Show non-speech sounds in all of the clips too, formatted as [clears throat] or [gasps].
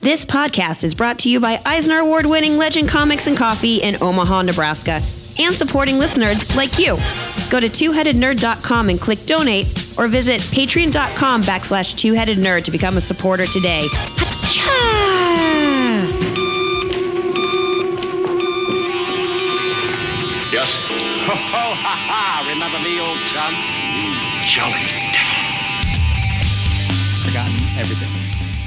This podcast is brought to you by Eisner Award winning Legend Comics and Coffee in Omaha, Nebraska, and supporting listeners like you. Go to twoheadednerd.com and click donate, or visit patreon.com backslash twoheadednerd to become a supporter today. Achoo! [laughs] Yes. Ho, ho, Oh, ha, ha. Remember me, old chum? Jolly devil. forgotten everything.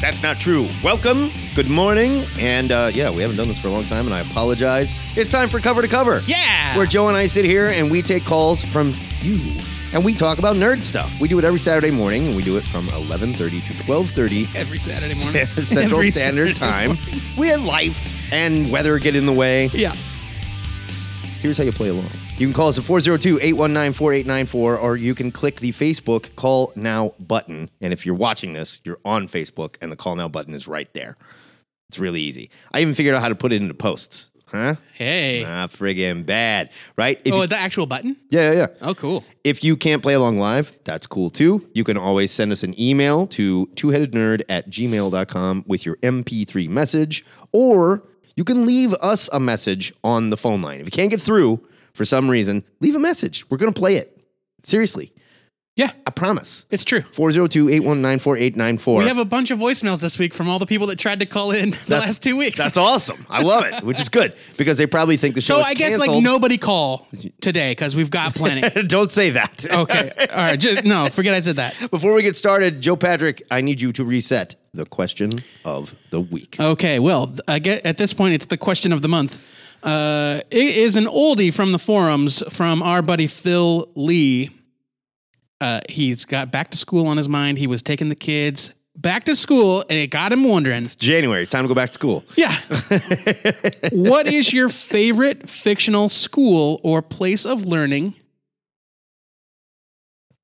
That's not true. Welcome, good morning, and uh, yeah, we haven't done this for a long time, and I apologize. It's time for cover to cover. Yeah! where Joe and I sit here and we take calls from you, and we talk about nerd stuff. We do it every Saturday morning, and we do it from 11:30 to 12:30 Every [laughs] Saturday morning. Central Every Standard Saturday Time. We had life and weather get in the way. Yeah. Here's how you play along. You can call us at 402 819 4894, or you can click the Facebook Call Now button. And if you're watching this, you're on Facebook, and the Call Now button is right there. It's really easy. I even figured out how to put it into posts. Huh? Hey. Not friggin' bad, right? If oh, you- the actual button? yeah, yeah, yeah. Oh, cool. If you can't play along live, that's cool too. You can always send us an email to twoheadednerd at gmail.com with your MP3 message, or you can leave us a message on the phone line. If you can't get through for some reason, leave a message. We're going to play it. Seriously, Yeah, I promise. it's true. 402 819 4894. We have a bunch of voicemails this week from all the people that tried to call in [laughs] the last two weeks. That's awesome. I love it, which is good because they probably think the show so is I guess like canceled. nobody call today because we've got plenty. [laughs] Don't say that. okay. All right. Just no, forget I said that. Before we get started, Joe Patrick, I need you to reset the question of the week. Okay. Well, th- I get at this point it's the question of the month. Uh, it is an oldie from the forums from our buddy Phil Lee. Uh, he's got back to school on his mind. He was taking the kids back to school, and it got him wondering. January. It's time to go back to school. Yeah. [laughs] what is your favorite fictional school or place of learning?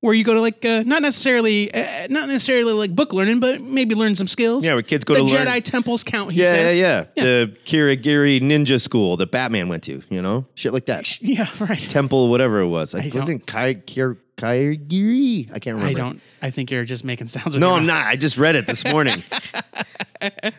Where you go to like uh, not necessarily uh, not necessarily like book learning, but maybe learn some skills. Yeah, where kids go the to Jedi learn- temples count. He Yeah, says. yeah, yeah. The Kirigiri Ninja School that Batman went to, you know? Shit like that. [laughs] yeah, yeah. Right. Temple, whatever it was. I, don't- wasn't Kai, Kir, Kirigiri. I can't remember. I don't. I think you're just making sounds. With No, your I'm mouth. not. I just read it this [laughs] morning.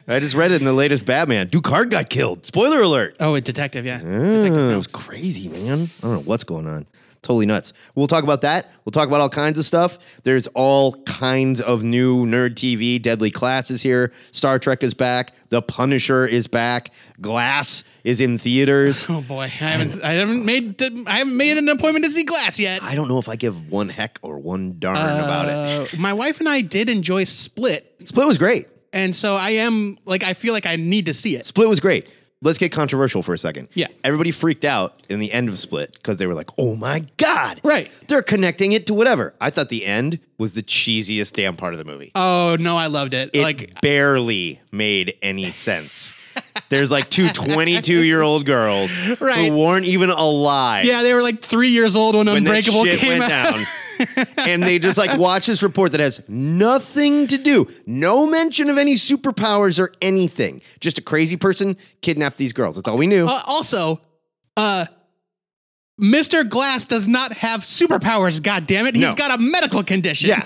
I just read it in the latest Batman. Ducard got killed. Spoiler alert. Oh, a detective. Yeah. Oh, it Detective was Comics. crazy, man. I don't know what's going on. Totally nuts. We'll talk about that. We'll talk about all kinds of stuff. There's all kinds of new nerd TV. Deadly Class is here. Star Trek is back. The Punisher is back. Glass is in theaters. [laughs] Oh boy, I haven't. I haven't made. I haven't made an appointment to see Glass yet. I don't know if I give one heck or one darn about Uh, my wife and I did enjoy Split, it. Split was great. and so I am like I feel like I need to see it. Split was great. Let's get controversial for a second. Yeah. Everybody freaked out in the end of Split because they were like, oh my God. Right. They're connecting it to whatever. I thought the end was the cheesiest damn part of the movie. Oh no, I loved it. it like barely made any sense. There's like [laughs] two 22 year old girls Right. who weren't even alive yeah, they were like three years old when, when that Unbreakable shit came went out. [laughs] down. and they just like watch this report that has nothing to do, no mention of any superpowers or anything. Just a crazy person kidnapped these girls. That's all we knew. Uh, also, uh, Mr. Glass does not have superpowers. God damn it, he's No. got a medical condition. yeah,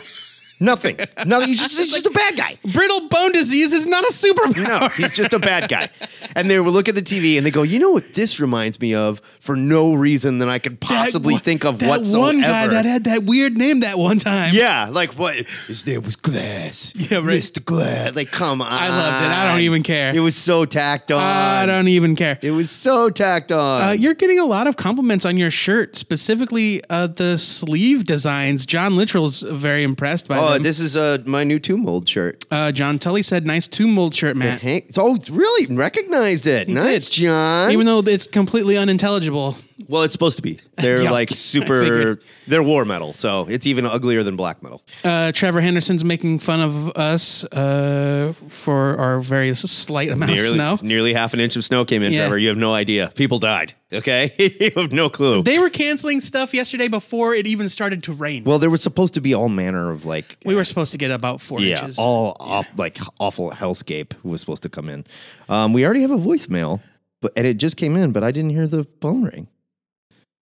nothing. Nothing. He's just, he's just a bad guy. [laughs] brittle bone disease is not a superpower. No, he's just a bad guy. And they would look at the TV and they go, you know what this reminds me of for no reason that I could possibly one- think of that whatsoever. one guy that had that weird name that one time. yeah, like what? His name was Glass. Yeah, right. Mr. Glass. Like, come on. I loved it. I don't even care. Ah, It was so tacked on. I don't even care. It was so tacked on. Uh, you're getting a lot of compliments on your shirt, specifically uh, the sleeve designs. John Littrell's very impressed by oh, them. this is uh, my new two mold shirt. uh, John Tully said, "Nice two mold shirt, Matt." Hank, oh, it's really recognized it. Nice, John. Even though it's completely unintelligible, well, it's supposed to be. They're Yeah, like I super. figured. They're war metal, so it's even uglier than black metal. uh, Trevor Henderson's making fun of us uh, for our very slight amount of nearly, snow. Nearly half an inch of snow came in, Yeah. Trevor. You have no idea. People died. Okay, [laughs] you have no clue. They were canceling stuff yesterday before it even started to rain. well, there was supposed to be all manner of like, we were supposed to get about four yeah, inches. all off, like awful hellscape was supposed to come in. Um, we already have a voicemail, but and it just came in, but I didn't hear the phone ring.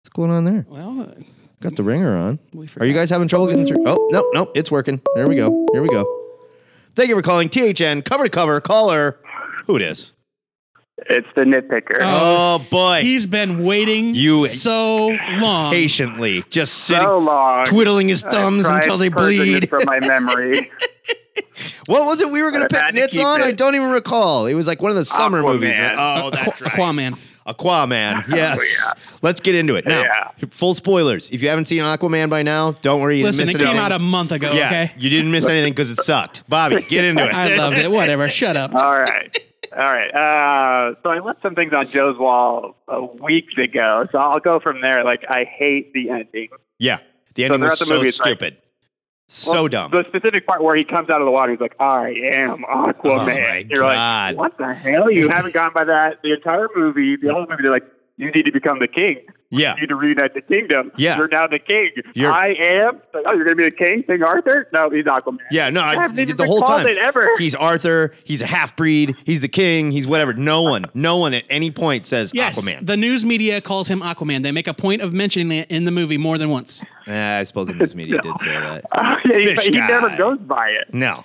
What's going on there? well, uh, Got the ringer on. We Are you guys having trouble getting through? Oh no, no, it's working. There we go. Here we go. Thank you for calling THN cover to cover caller. Who it is? It's the nitpicker. Oh, boy. He's been waiting You- so long. patiently just sitting, so long. twiddling his thumbs Tried until they purging it bleed. from [laughs] my memory. What was it we were going to I've pick had to nits keep on? it. I don't even recall. It was like one of the summer Aquaman. [laughs] Oh, movies. right? Oh, that's Aqu- right. Aquaman. Aquaman. Yes. Let's get into it. Now, Yeah. full spoilers. If you haven't seen Aquaman by now, don't worry. You didn't Listen, miss it came anything. out a month ago, Yeah, okay? you didn't miss anything because it sucked. Bobby, get into it. [laughs] I loved it. Whatever. Shut up. All right. All right. Uh, so I left some things on Joe's wall a week ago. So I'll go from there. Like, I hate the ending. Yeah. The ending was throughout the so movie, it's like- stupid. so Well, dumb. The specific part where he comes out of the water, he's like, "I am Aquaman." Oh, my You're God. like, "What the hell? You haven't gone by that the entire movie, the whole movie." They're like, "You need to become the king. yeah. You need to reunite the kingdom. Yeah. You're now the king. You're- I am. Like, oh, you're gonna be the king, King Arthur? No, he's Aquaman. Yeah, no, I, I've never the whole called time. it ever. [laughs] He's Arthur. He's a half breed. He's the king. He's whatever. No one, no one at any point says Yes, Aquaman. the news media calls him Aquaman. They make a point of mentioning it in the movie more than once. Eh, I suppose the news media did say that. Uh, [laughs] yeah, he, Fish he guy. never goes by it. No,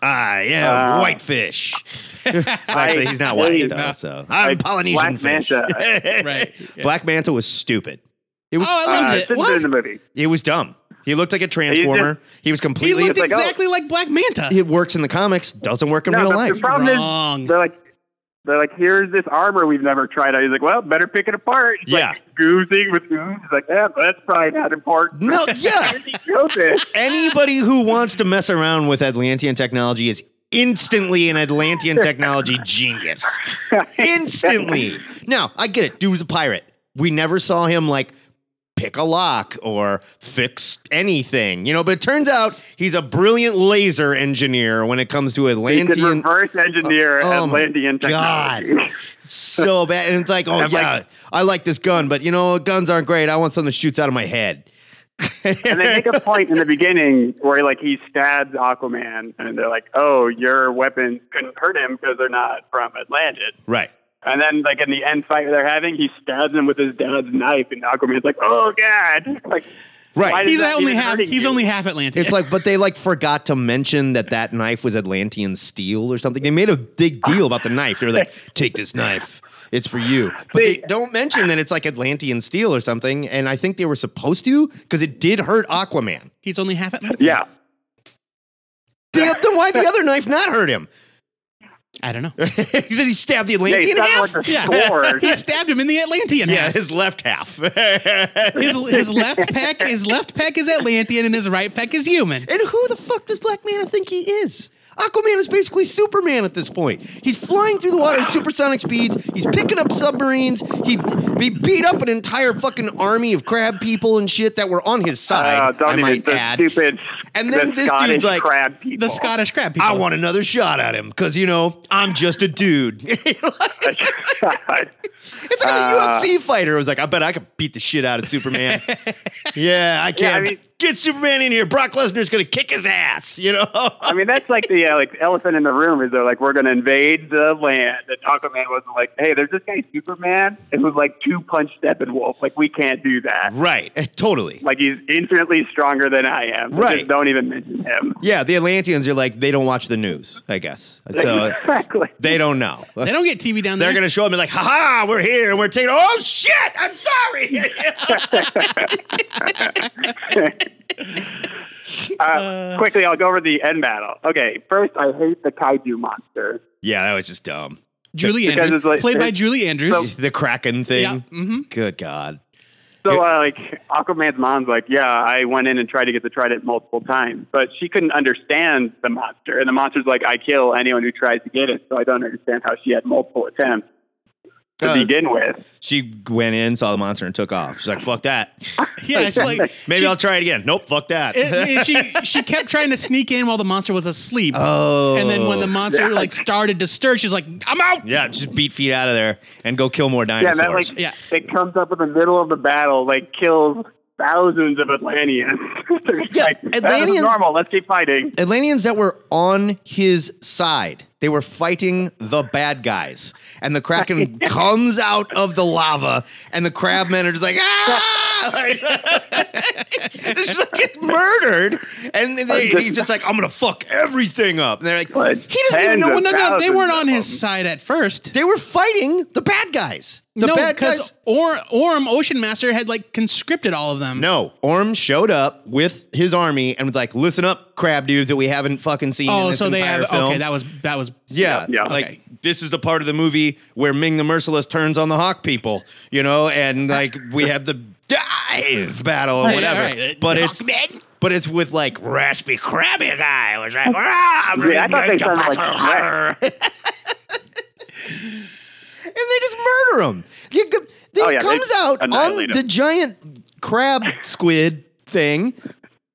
I am Uh, whitefish. [laughs] Actually, he's not white hate though. that. So I'm Like Polynesian Black fish. [laughs] Manta. Right, yeah. Black Manta was stupid. It was. Oh, I Uh, loved it it. shouldn't have been What? in the movie. It was dumb. He looked like a transformer. He was He completely. looked like, oh. exactly like Black Manta. it works in the comics. Doesn't work in no, real the, life. the problem Wrong. is they're like. They're like, here's this armor we've never tried out. He's like, well, better pick it apart. He's Yeah. Like, goozing with ooze. He's like, yeah, that's probably not important. [laughs] No, yeah. Where'd he go this? [laughs] Anybody who wants to mess around with Atlantean technology is instantly an Atlantean [laughs] technology genius. Instantly. Now, I get it. Dude was a pirate. We never saw him like pick a lock or fix anything, you know, but it turns out he's a brilliant laser engineer when it comes to He could Atlantean. reverse engineer Oh, oh my Atlantean God. technology. So bad. And it's like, oh, [laughs] I'm like- yeah, I like this gun, but you know, guns aren't great. I want something that shoots out of my head. and they make a point in the beginning where like he stabs Aquaman, and they're like, "Oh, your weapon couldn't hurt him because they're not from Atlantis." Right. And then like in the end fight they're having, he stabs him with his dad's knife, and Aquaman's like, "Oh God!" [laughs] Like, Right. Why does He's that only even half. hurting He's you? only half Atlantean. It's like, but they like forgot to mention that that knife was Atlantean steel or something. They made a big deal about the knife. They're [laughs] like, take this knife. It's for you. But they See- don't mention that it's like Atlantean steel or something. And I think they were supposed to because it did hurt Aquaman. he's only half Atlantean. yeah, The- then why the other knife not hurt him? I [laughs] don't know. he said he stabbed the yeah, Atlantean he's got half. like Yeah. [laughs] a sword. [laughs] He stabbed him in the Atlantean yeah, half. his left half. [laughs] His, his left peck, his left peck is Atlantean, and his right peck is human. And who the fuck does Black Manta think he is? Aquaman is basically Superman at this point. He's flying through the water at supersonic speeds. He's picking up submarines. He, he beat up an entire fucking army of crab people and shit that were on his side. Uh, don't I might even the add. stupid. And then the this Scottish dude's like, crab people. The Scottish crab people. I want another shot at him because you know I'm just a dude. [laughs] it's like a Uh, UFC fighter. It was like, I bet I could beat the shit out of [laughs] Superman. yeah, I can. Yeah, I mean- Get Superman in here. Brock Lesnar's gonna kick his ass. [laughs] You know. I mean, that's like the uh, like elephant in the room is they're like, we're going to invade the land. And Aquaman was like, hey, there's this guy Superman. It was like two punch Steppenwolf. Like, we can't do that. Right, [laughs] eh, totally. Like, he's infinitely stronger than I am. So Right. just don't even mention him. Yeah, the Atlanteans are like they don't watch the news, I guess. So [laughs] exactly. they don't know. They don't get TV down there. They're gonna show up and be like, "Ha ha, we're here and we're taking." Oh [laughs] shit! I'm sorry. [laughs] Uh, quickly, I'll go over the end battle. Okay, first, I hate the kaiju monster. yeah, that was just dumb. Julie Because Andrews, it's like- played by Julie Andrews. The Kraken thing. yeah. hmm Good God. So, uh, like, Aquaman's mom's like, yeah, I went in and tried to get the trident multiple times, but she couldn't understand the monster. And the monster's like, I kill anyone who tries to get it. So I don't understand how she had multiple attempts to Uh, begin with. She went in, saw the monster, and took off. She's like, "Fuck that." [laughs] Yeah. [laughs] It's like Maybe she, I'll try it again. Nope. Fuck that. it- [laughs] it- she she kept trying to sneak in while the monster was asleep. oh. And then when the monster Yeah. like started to stir, she's like, "I'm [laughs] out." yeah, just beat feet out of there and go kill more Yeah, dinosaurs. and that, like, Yeah. it comes up in the middle of the battle, like, kills thousands of Atlanteans. [laughs] They're just Yeah, like, that isn't Atlanteans- normal. Let's keep fighting. Atlanteans that were on his side. They were fighting the bad guys, and the kraken [laughs] comes out of the lava, and the crab men are just like ah. [laughs] Like, it's like it's murdered, and they, he's just like, "I'm gonna fuck everything up." And they're like, Like, "He doesn't even tens know of what." No, no, they Thousands weren't on of his them. side at first. They were fighting the bad guys. The no, bad guys. because or- Orm Ocean Master had like conscripted all of them. No, Orm showed up with his army and was like, "Listen up, crab dudes that we haven't fucking seen." in Oh, this so they entire have film." okay. That was that was yeah, Yeah. Like Okay. this is the part of the movie where Ming the Merciless turns on the Hawk people, you know, [laughs] and like we have the dive battle or Yeah, Oh, whatever. right. But Hawk it's men. but it's with like raspy crabby guy. It was [laughs] like, "Rah, I'm gonna Yeah, I thought they make a sounded like battle." and they just murder him. He, co- he Oh, yeah, they comes out on annihilate the him. giant crab squid thing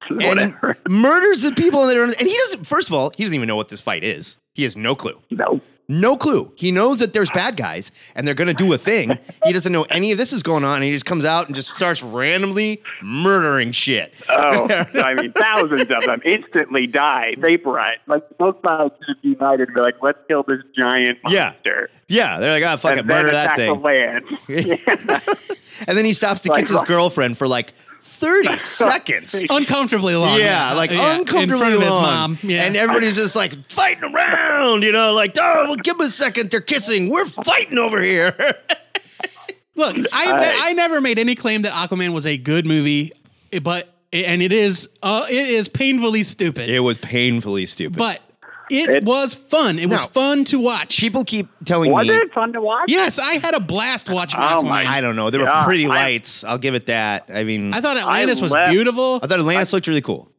and [laughs] Whatever. murders the people in the room. And he doesn't. First of all, he doesn't even know what this fight is. He has no clue. No. No clue. He knows that there's bad guys and they're going to do a thing. He doesn't know any of this is going on. And he just comes out and just starts randomly murdering shit. [laughs] Oh, I mean, thousands of them instantly die, vaporize. Like most pilots should have united and be like, "Let's kill this giant Yeah. monster." Yeah, they're like, ah, fuck it, And then murder that attack thing. the land. [laughs] [laughs] And then he stops to Like, kiss his fuck. girlfriend for like [laughs] 30 seconds. uncomfortably long. Yeah, like uncomfortably in front of his long. mom. Yeah. And everybody's just like fighting around, you know, like, oh, well, give him a second. They're kissing. We're fighting over here. [laughs] Look, I, I never made any claim that Aquaman was a good movie, but and it is uh, it is painfully stupid. was painfully stupid. but it, It- was fun. It was No. fun to watch. people keep telling Was me. it fun to watch? Yes, I had a blast watching Oh Aquaman. my- I don't know. There were Yeah, pretty I- lights. I'll give it that. I mean, I thought Atlantis was left- beautiful. I thought Atlantis looked really cool.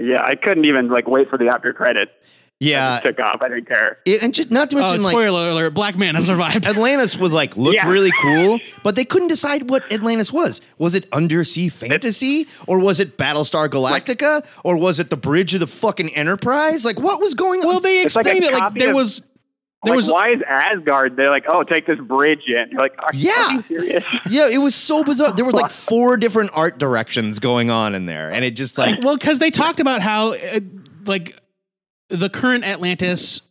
Yeah, I couldn't even like wait for the after credits. I Yeah. just took off. I didn't care. It, and just, not to Oh, mention, like, spoiler alert! Black man has survived. [laughs] Atlantis was like looked Yeah. really cool, but they couldn't decide what Atlantis was. Was it undersea fantasy, or was it Battlestar Galactica, or was it the bridge of the fucking Enterprise? Like, what was going on? Well, they It's like a explained it like copy there of- was there like, was why is Asgard? They're like, oh, take this bridge in. You're like, are Yeah. you serious? yeah, it was so bizarre. There was like four different art directions going on in there, and it just like well because they talked about how uh, like the current Atlantis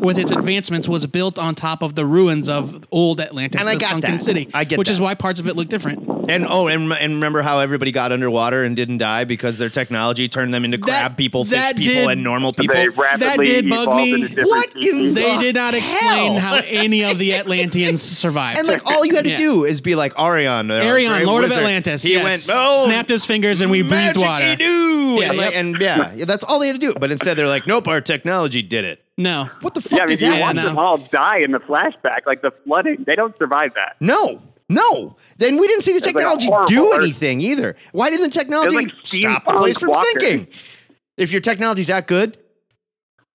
with its advancements was built on top of the ruins of old Atlantis, And the I got sunken that. city, I get which is that. why parts of it look different. and oh, and, and remember how everybody got underwater and didn't die because their technology turned them into That- crab people, fish that people, did- and normal people. They rapidly That did bug evolved me. into different What in species. They The did not explain hell? how any of [laughs] the Atlanteans survived. And like all you had to Yeah. do is be like Arion, uh, Arion, great Lord of wizard. Atlantis, He yes, went, oh, snapped his fingers and we breathed Magic water. they do. Yeah, and, like- yep. and yeah, yeah, that's all they had to do. But instead, they're like, nope, our technology did it. No, What the fuck Yeah, I mean, does you that watch no. no. them all die in the flashback, like the flooding. They don't survive that. no, no. Then we didn't see the like technology horrible do Earth. anything either. Why didn't the technology like stop the steampunk place from walkers. sinking? If your technology's that good,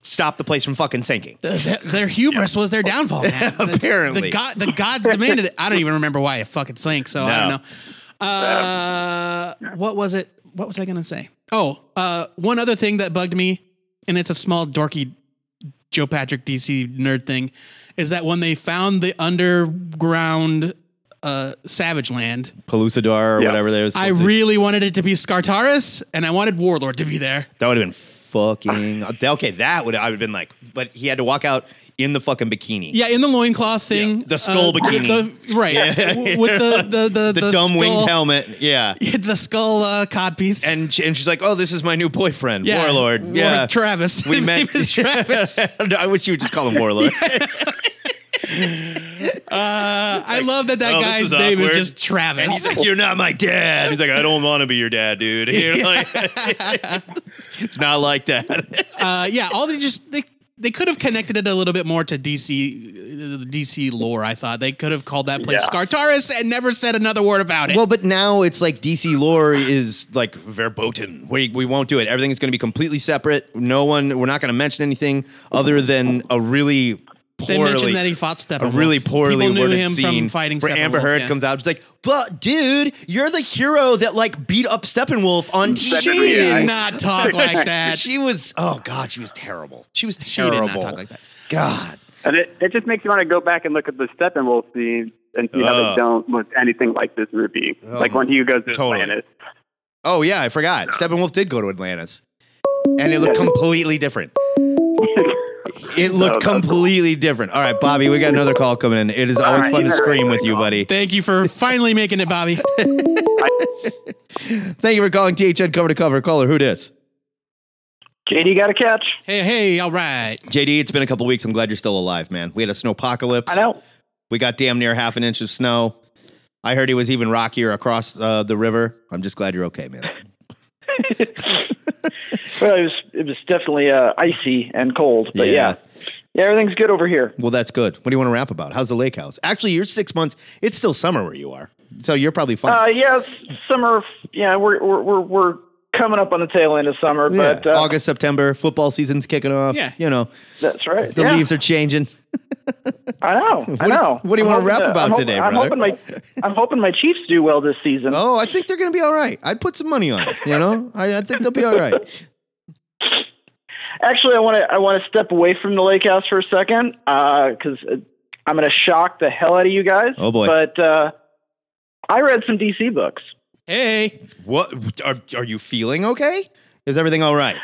stop the place from fucking sinking. Th- their hubris was [laughs] their downfall. oh, Man. That's- Apparently. the, god, the gods demanded it. I don't even remember why it fucking sank. So No. I don't know. Uh, what was it? What was I gonna say? Oh, uh, one other thing that bugged me, and it's a small dorky Joe Patrick DC nerd thing, is that when they found the underground uh, Savage Land, Pellucidar or Yeah. whatever there was. I really wanted it to be Scartaris, and I wanted Warlord to be there. that would have been fucking uh, okay. That would I would have been like, but he had to walk out in the fucking bikini. Yeah, in the loincloth thing, uh, Yeah, the skull bikini. [laughs] the- right? w- With the the the, The, dumb skull, winged helmet. Yeah. [laughs] the skull uh, codpiece. And, she- and she's like, oh, this is my new boyfriend, Yeah. Warlord. Yeah. Travis. We His met- name [laughs] is Travis. uh, I wish you would just call him Warlord. uh, I love that that "Oh, this guy's is name awkward." is just And he's Travis. like, "You're not my dad." He's like, "I don't want to be your dad, dude." [laughs] You know, like- it's not like [laughs] that. [laughs] Uh, yeah, all they just they they could have connected it a little bit more to DC uh, DC lore. I thought they could have called that place Yeah. Scartaris and never said another word about it. Well, but now it's like DC lore is like verboten. We we won't do it. Everything is going to be completely separate. No one. We're not going to mention anything other than a really they poorly. mentioned that he fought Steppenwolf. a really poorly People knew worded him scene from fighting where Amber Steppenwolf, Heard yeah. comes out. She's like, "But dude, you're the hero that like beat up Steppenwolf on TV." She did not [laughs] talk like that. She was. Oh god, she was terrible. She was She did terrible. not talk like that. God. And it, it just makes you want to go back and look at the Steppenwolf scenes and see how Ugh. Oh, they don't look anything like this movie. like when he goes to totally. Atlantis. Oh yeah, [laughs] I forgot. Steppenwolf did go to Atlantis, and it looked completely different. It looked So that's completely different. All right, Bobby, we got another call coming in. It is always right, fun to you better scream hurry with you, up. buddy. Thank you for finally making [laughs] it, Bobby. Thank you for calling THN cover to cover. Caller, who dis? Katie got a catch. Hey, hey, all right. JD, it's been a couple weeks. I'm glad you're still alive, man. We had a snowpocalypse. I know. We got damn near half an inch of snow. I heard it was even rockier across uh, the river. I'm just glad you're okay, man. Well, it was it was definitely uh, icy and cold, but Yeah. yeah. yeah, everything's good over here. Well, that's good. What do you want to rap about? How's the lake house? Actually, you're six months. It's still summer where you are, so you're probably fine. Uh, yeah, it's summer. Yeah, we're we're we're, we're coming up on the tail end of summer, Yeah. but uh, August, September, football season's kicking off. Yeah. you know That's right. the yeah, leaves are changing. I know. What- I know. what do you wanna I'm hoping rap to- about I'm hop- today, I'm brother? hoping my I'm hoping my Chiefs do well this season. Oh, I think they're gonna be all right. I'd put some money on it. You know, I, I think they'll be all right. Actually, I want to I want to step away from the lake house for a second because uh, I'm going to shock the hell out of you guys. Oh, boy. But uh, I read some DC books. Hey. What are are you feeling? Okay, is everything all right?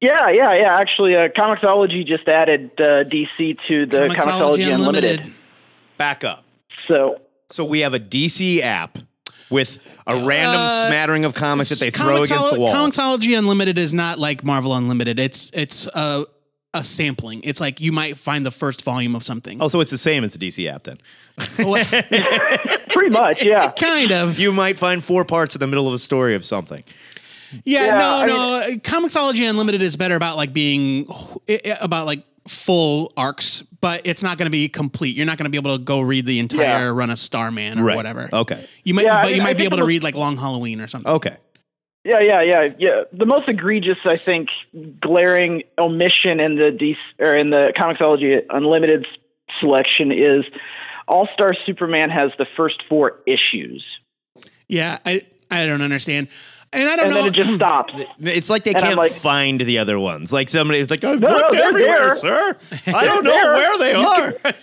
Yeah, yeah, yeah. Actually, uh, Comixology just added uh, DC to the Comixology, Unlimited. Back up. So So we have a DC app with a random Uh, smattering of comics that they throw Comicsolo- against the wall. Comicsology Unlimited is not like Marvel Unlimited. It's it's a a sampling. It's like you might find the first volume of something. Oh, so it's the same as the DC app then. [laughs] Well, pretty much, yeah. kind of. You might find four parts in the middle of a story of something. Yeah, Yeah, no, I no. Comicsology Unlimited is better about like being i- i- about like full arcs, but it's not going to be complete. You're not going to be able to go read the entire Yeah. run of Starman or Right. whatever. Okay. You might, Yeah, but I- you I might be think able the to most- read like Long Halloween or something. Okay. Yeah, yeah, yeah, yeah. The most egregious, I think, glaring omission in the DC, or in the Comixology Unlimited s- selection is All Star Superman has the first four issues, Yeah, I I don't understand, and I don't and know. then it [clears throat] just stops. It's like they And I'm can't like- find the other ones. Like somebody is like, I've No, looked they're everywhere, there. sir. I don't know They're there. where they You are.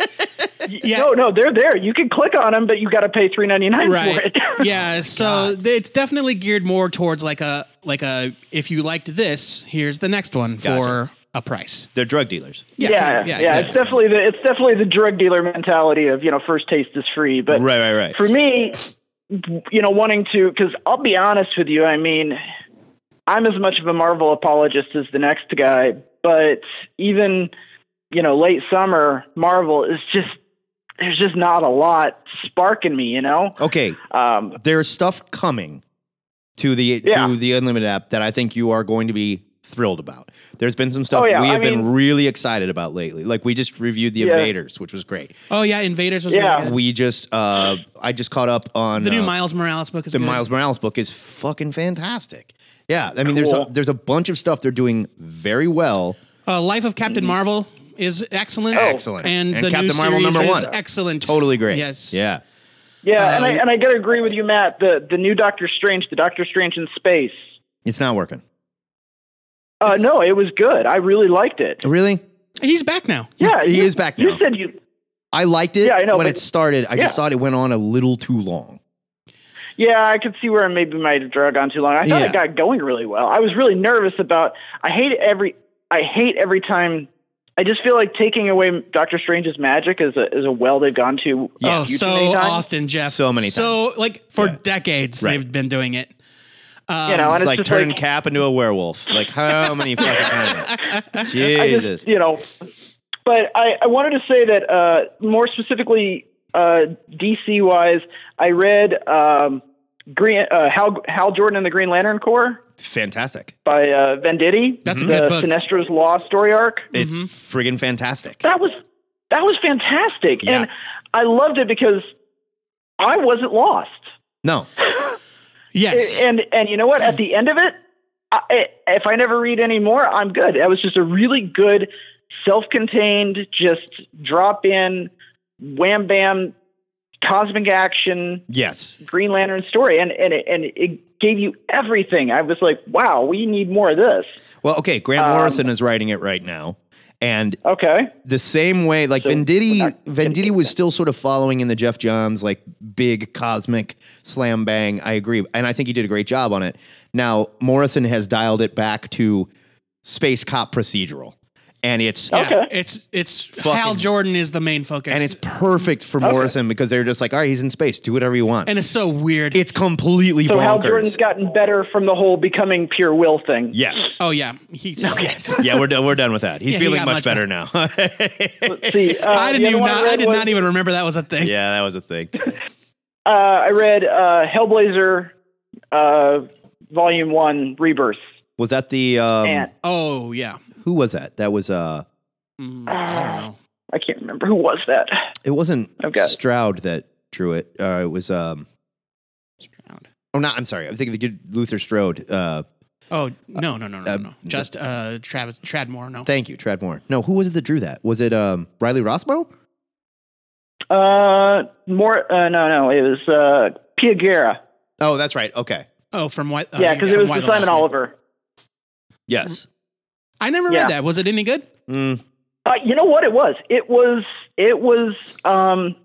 yeah, No, no, they're there. You can click on them, but you got to pay three ninety nine for right it. [laughs] yeah so th- it's definitely geared more towards like a like a if you liked this here's the next one Gotcha. for a price They're drug dealers. Yeah, kind yeah, of, exactly. it's definitely the it's definitely the drug dealer mentality of you know first taste is free, but Right, right, right. for me, you know, wanting to, because I'll be honest with you, I mean, I'm as much of a Marvel apologist as the next guy, but even, you know, late summer, Marvel is just, there's just not a lot sparking me, you know? Okay. Um, There's stuff coming to the Yeah. to the Unlimited app that I think you are going to be thrilled about. There's been some stuff Oh, yeah, we I have been mean- really excited about lately. Like we just reviewed the Yeah. Invaders, which was great. oh yeah invaders was Yeah. really good. We just uh I just caught up on the new uh, miles morales book is the good. Miles Morales book is fucking fantastic. Yeah, I mean, there's a, Cool. there's a bunch of stuff they're doing very well. uh, life of Mm-hmm. captain marvel is excellent Oh. Excellent. and, And the Captain new Marvel series number is one. excellent Totally great. yes Yeah. yeah, and I Um, and I gotta agree with you, Matt. The the new Doctor Strange, the Doctor Strange in space. It's not working. Uh, no, it was good. I really liked it. Really? he's back now Yeah, he you- is back now. You said you I liked it Yeah, I know, when but- it started. I just Yeah. thought it went on a little too long. Yeah, I could see where maybe my drug on too long. I thought Yeah. it got going really well. I was really nervous about. I hate every. I hate every time. I just feel like taking away Doctor Strange's magic is a is a well they've gone to. a few oh too so many times, often jeff So many so like for Yeah. decades Right. they've been doing it you know, and Um, It's it's like just turning like, Cap into a werewolf. Like [laughs] how many fucking times? Jesus. Just, you know, but I, I wanted to say that uh, more specifically, uh, DC wise, I read um, Green uh, Hal Hal Jordan and the Green Lantern Corps fantastic. by uh, Venditti. That's a the good book. Mm-hmm. Sinestro's Law story arc. It's friggin' fantastic. that was that was fantastic Yeah. and i loved it because i wasn't lost No. yes and and you know what at the end of it I, if i never read any more i'm good that was just a really good self-contained just drop in wham bam cosmic action Yes. green lantern story and and it, and it gave you everything i was like wow we need more of this Well, okay. Grant Um, Morrison is writing it right now, and okay the same way like venditti we're not gonna venditti get was still sort of following in the jeff johns like big cosmic slam bang i agree and i think he did a great job on it now morrison has dialed it back to space cop procedural and it's Okay. It's it's Hal Jordan is the main focus, and it's perfect for Morrison because they're just like, all right, he's in space, do whatever you want. and it's so weird. it's completely So Hal bonkers. Jordan's gotten better from the whole becoming pure will thing. yes. oh yeah, he's [laughs] yes. [laughs] Yeah, we're done. We're done with that. He's Yeah, he feeling got much, much better now. [laughs] See, uh, I the didn't other even one not, I read did was- not even remember that was a thing. yeah, that was a thing. Uh, I read uh, Hellblazer, uh, Volume One, Rebirth. Was that the um, and Oh yeah. who was that? That was uh, Mm, I don't know. Uh, I can't remember who was that. it wasn't I've got it. Stroud that drew it. Uh, it was um, Stroud. oh, not. I'm sorry. I'm thinking the good Luther Strode. Uh, [laughs] Oh no no no no uh, no. Just uh Travis Tradmore. No. thank you, Trad Moore. No, who was it that drew that? Was it um, Riley Rossmo? Uh, more? Uh, no, no, it was uh, Pia Guerra. Oh, that's right. Okay. Oh from what? Uh, yeah, because it from was Why the the Simon Last Man. Oliver. Yes. I never Yeah. read that. Was it any good? Mm, Uh, you know what it was? It was it was um,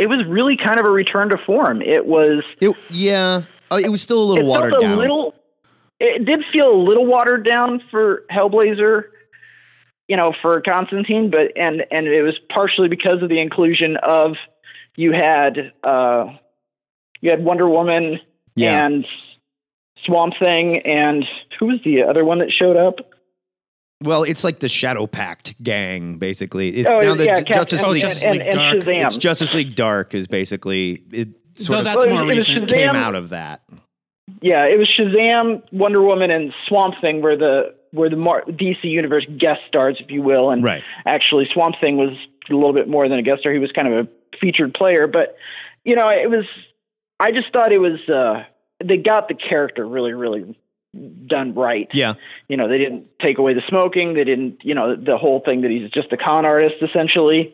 it was really kind of a return to form. It was it, yeah. Uh, it was still a little it watered felt a down. little. It did feel a little watered down for Hellblazer, you know, for Constantine, but and and it was partially because of the inclusion of you had uh, you had Wonder Woman yeah. and Swamp Thing and who was the other one that showed up? Well, it's like the Shadow Pact gang, basically. It's oh now the yeah, Ju- Justice Oh, Captain League. Justice and, League and, Dark. and Shazam. It's Justice League Dark is basically it. Sort Though of that's Well, more it was recent. Shazam- came out of that. Yeah, it was Shazam, Wonder Woman, and Swamp Thing were the were the Mar- DC Universe guest stars, if you will. And Right. actually, Swamp Thing was a little bit more than a guest star; he was kind of a featured player. But you know, it was. I just thought it was. Uh, they got the character really, really done right. Yeah. You know, they didn't take away the smoking. They didn't. You know, the whole thing that he's just a con artist essentially.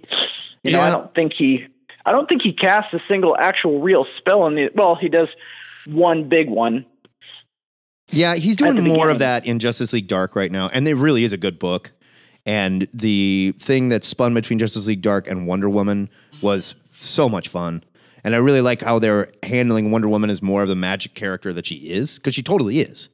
You know, Yeah. I don't think he. I don't think he casts a single actual real spell in the. Well, he does one big one. Yeah, he's At doing the more of beginning. that in Justice League Dark right now, and it really is a good book. And the thing that spun between Justice League Dark and Wonder Woman was so much fun. And I really like how they're handling Wonder Woman as more of the magic character that she is, because she totally is.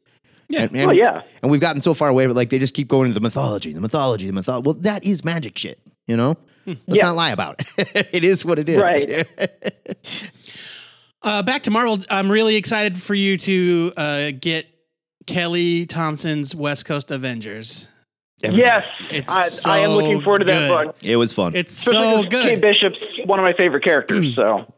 Yeah. And, and- Well, yeah. And we've gotten so far away, but like they just keep going to the mythology, the mythology, the mythology. Well, that is magic shit, you know? Let's Hmm. Yeah. not lie about [laughs] it. it is what it is. [laughs] Right. Uh, back to Marvel. I'm really excited for you to uh, get Kelly Thompson's West Coast Avengers. Yes, It's I, I am so looking forward to that good. book. It was fun. It's Especially so 'cause Kate good. Bishop's one of my favorite [clears throat] characters. so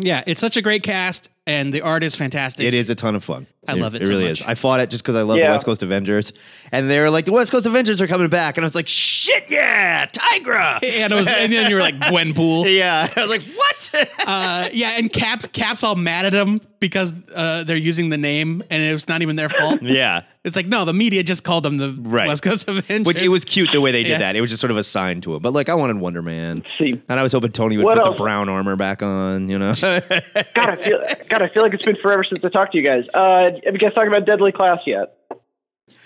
Yeah, it's such a great cast, and the art is fantastic. It is a ton of fun. I love it It so really much. is. I fought it just because I love the Yeah. West Coast Avengers, and they were like, "The West Coast Avengers are coming back," and I was like, "Shit, yeah, [laughs] Tigra." [laughs] And, it was, and then you were like Gwenpool. [laughs] yeah, I was [laughs] like, "What?" [laughs] Uh, yeah, and Cap, Cap's all mad at him because uh, they're using the name, and it was not even their fault. [laughs] yeah, It's like no, the media just called them the Right. West Coast Avengers. which it was cute the way they did Yeah. that. It was just sort of a sign to him. But like, I wanted Wonder Man, see. and I was hoping Tony would What put else? the brown armor back on. You know, [laughs] God, I feel God, I feel like it's been forever since I talked to you guys. Uh, have you guys talked about Deadly Class yet?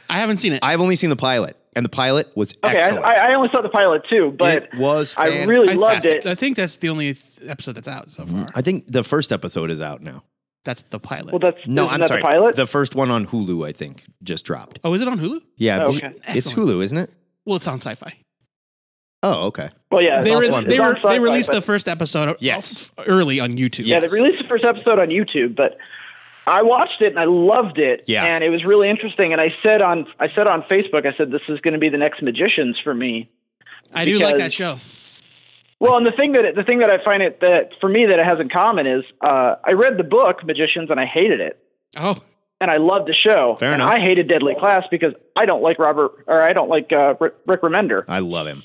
I haven't seen it. I, I've only seen the pilot, and the pilot was Okay, I, excellent. I, I only saw the pilot too, but it was. I really fantastic. loved it. I think that's the only th- episode that's out so far. I think the first episode is out now. That's the pilot. Well, that's No, isn't I'm that sorry. The pilot. The first one on Hulu, I think, just dropped. oh, is it on Hulu? Yeah, Oh, but okay. it's Excellent. Hulu, isn't it? Well, it's on Sci-Fi. Oh, okay. well, yeah, They, it's re- on- they, it's on were, sci-fi, they released but- the first episode Yes. off early on YouTube. Yeah, they released the first episode on YouTube, but I watched it and I loved it. Yeah. And it was really interesting. And I said on I said on Facebook, I said this is going to be the next Magicians for me. I do like because- that show. Well, and the thing that the thing that I find it that for me that it has in common is uh, I read the book Magicians and I hated it, Oh, and I loved the show. Fair and enough. I hated Deadly Class because I don't like Robert or I don't like uh, Rick, Rick Remender. I love him.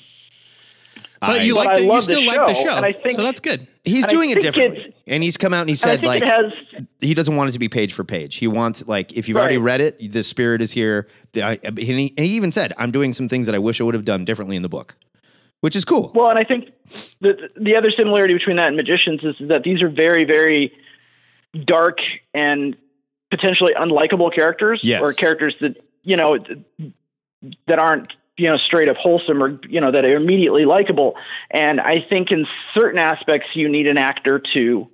but I- you I like the, you love still the like the show, show, and I think- so that's good. he's and I doing it think differently, it's- and he's come out and he And I said think like it has he doesn't want it to be page for page. He wants like if you've already Right. read it, the spirit is here. The- I- and, he, and he even said, "I'm doing some things that I wish I would have done differently in the book," which is cool. well, and I think the the other similarity between that and Magicians is that these are very very dark and potentially unlikable characters Yes. or characters that you know that aren't you know straight up wholesome or you know that are immediately likable and i think in certain aspects you need an actor to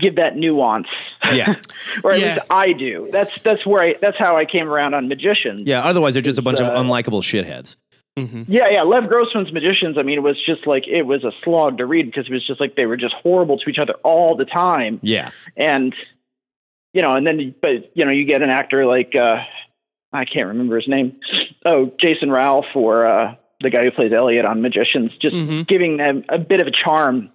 give that nuance yeah, [laughs] or at Yeah. least i do that's that's where i that's how i came around on magicians yeah. Otherwise, they're just a bunch of uh, unlikable shitheads. Yeah, yeah. Lev Grossman's Magicians, I mean, was just like, it was a slog to read because it was just like they were just horrible to each other all the time. Yeah. And, you know, and then, but, you know, you get an actor like, uh, I can't remember his name. Oh, Jason Ralph or uh, the guy who plays Elliot on Magicians, just Mhm. giving them a bit of a charm.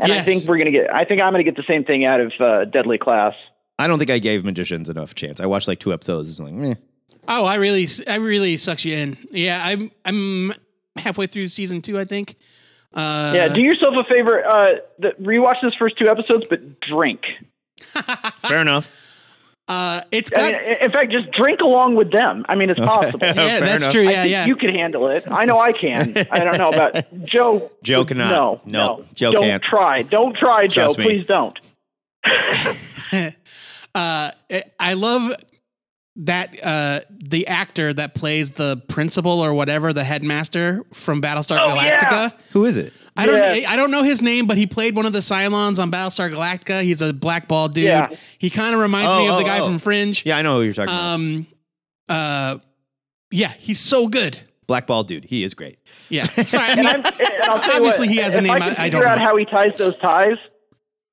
And I Yes. think we're going to get, I think I'm going to get the same thing out of uh, Deadly Class. I don't think I gave Magicians enough chance. I watched like two episodes. and was like, meh. Oh, I really, I really sucks you in. Yeah, I'm, I'm halfway through season two, I think. Uh, Yeah, do yourself a favor. Uh, the, rewatch those first two episodes, but drink. Fair [laughs] enough. uh, it's I got. mean, i- in fact, just drink along with them. I mean, [laughs] it's possible. Yeah, yeah, Oh, fair that's enough. true. I Yeah, think yeah. You can handle it. I know I can. I don't [laughs] know about Joe. Joe cannot. No, No, no. Joe don't can't. try. Don't try, Trust Joe. me. Please don't. uh, I love that uh, the actor that plays the principal or whatever, the headmaster from Battlestar Oh, Galactica. yeah. Who is it? I don't, Yes. I don't know his name, but he played one of the Cylons on Battlestar Galactica. He's a black ball dude. Yeah. He kind of reminds me Oh, of the oh, guy oh. from Fringe. Yeah, I know who you're talking about. Um, uh, yeah, he's so good. Blackball dude. He is great. [laughs] Yeah. [laughs] Sorry. I And, mean, I'm, and I'll tell you obviously, what, he has a if name. I, I, can I, figure don't out know. how he ties those ties.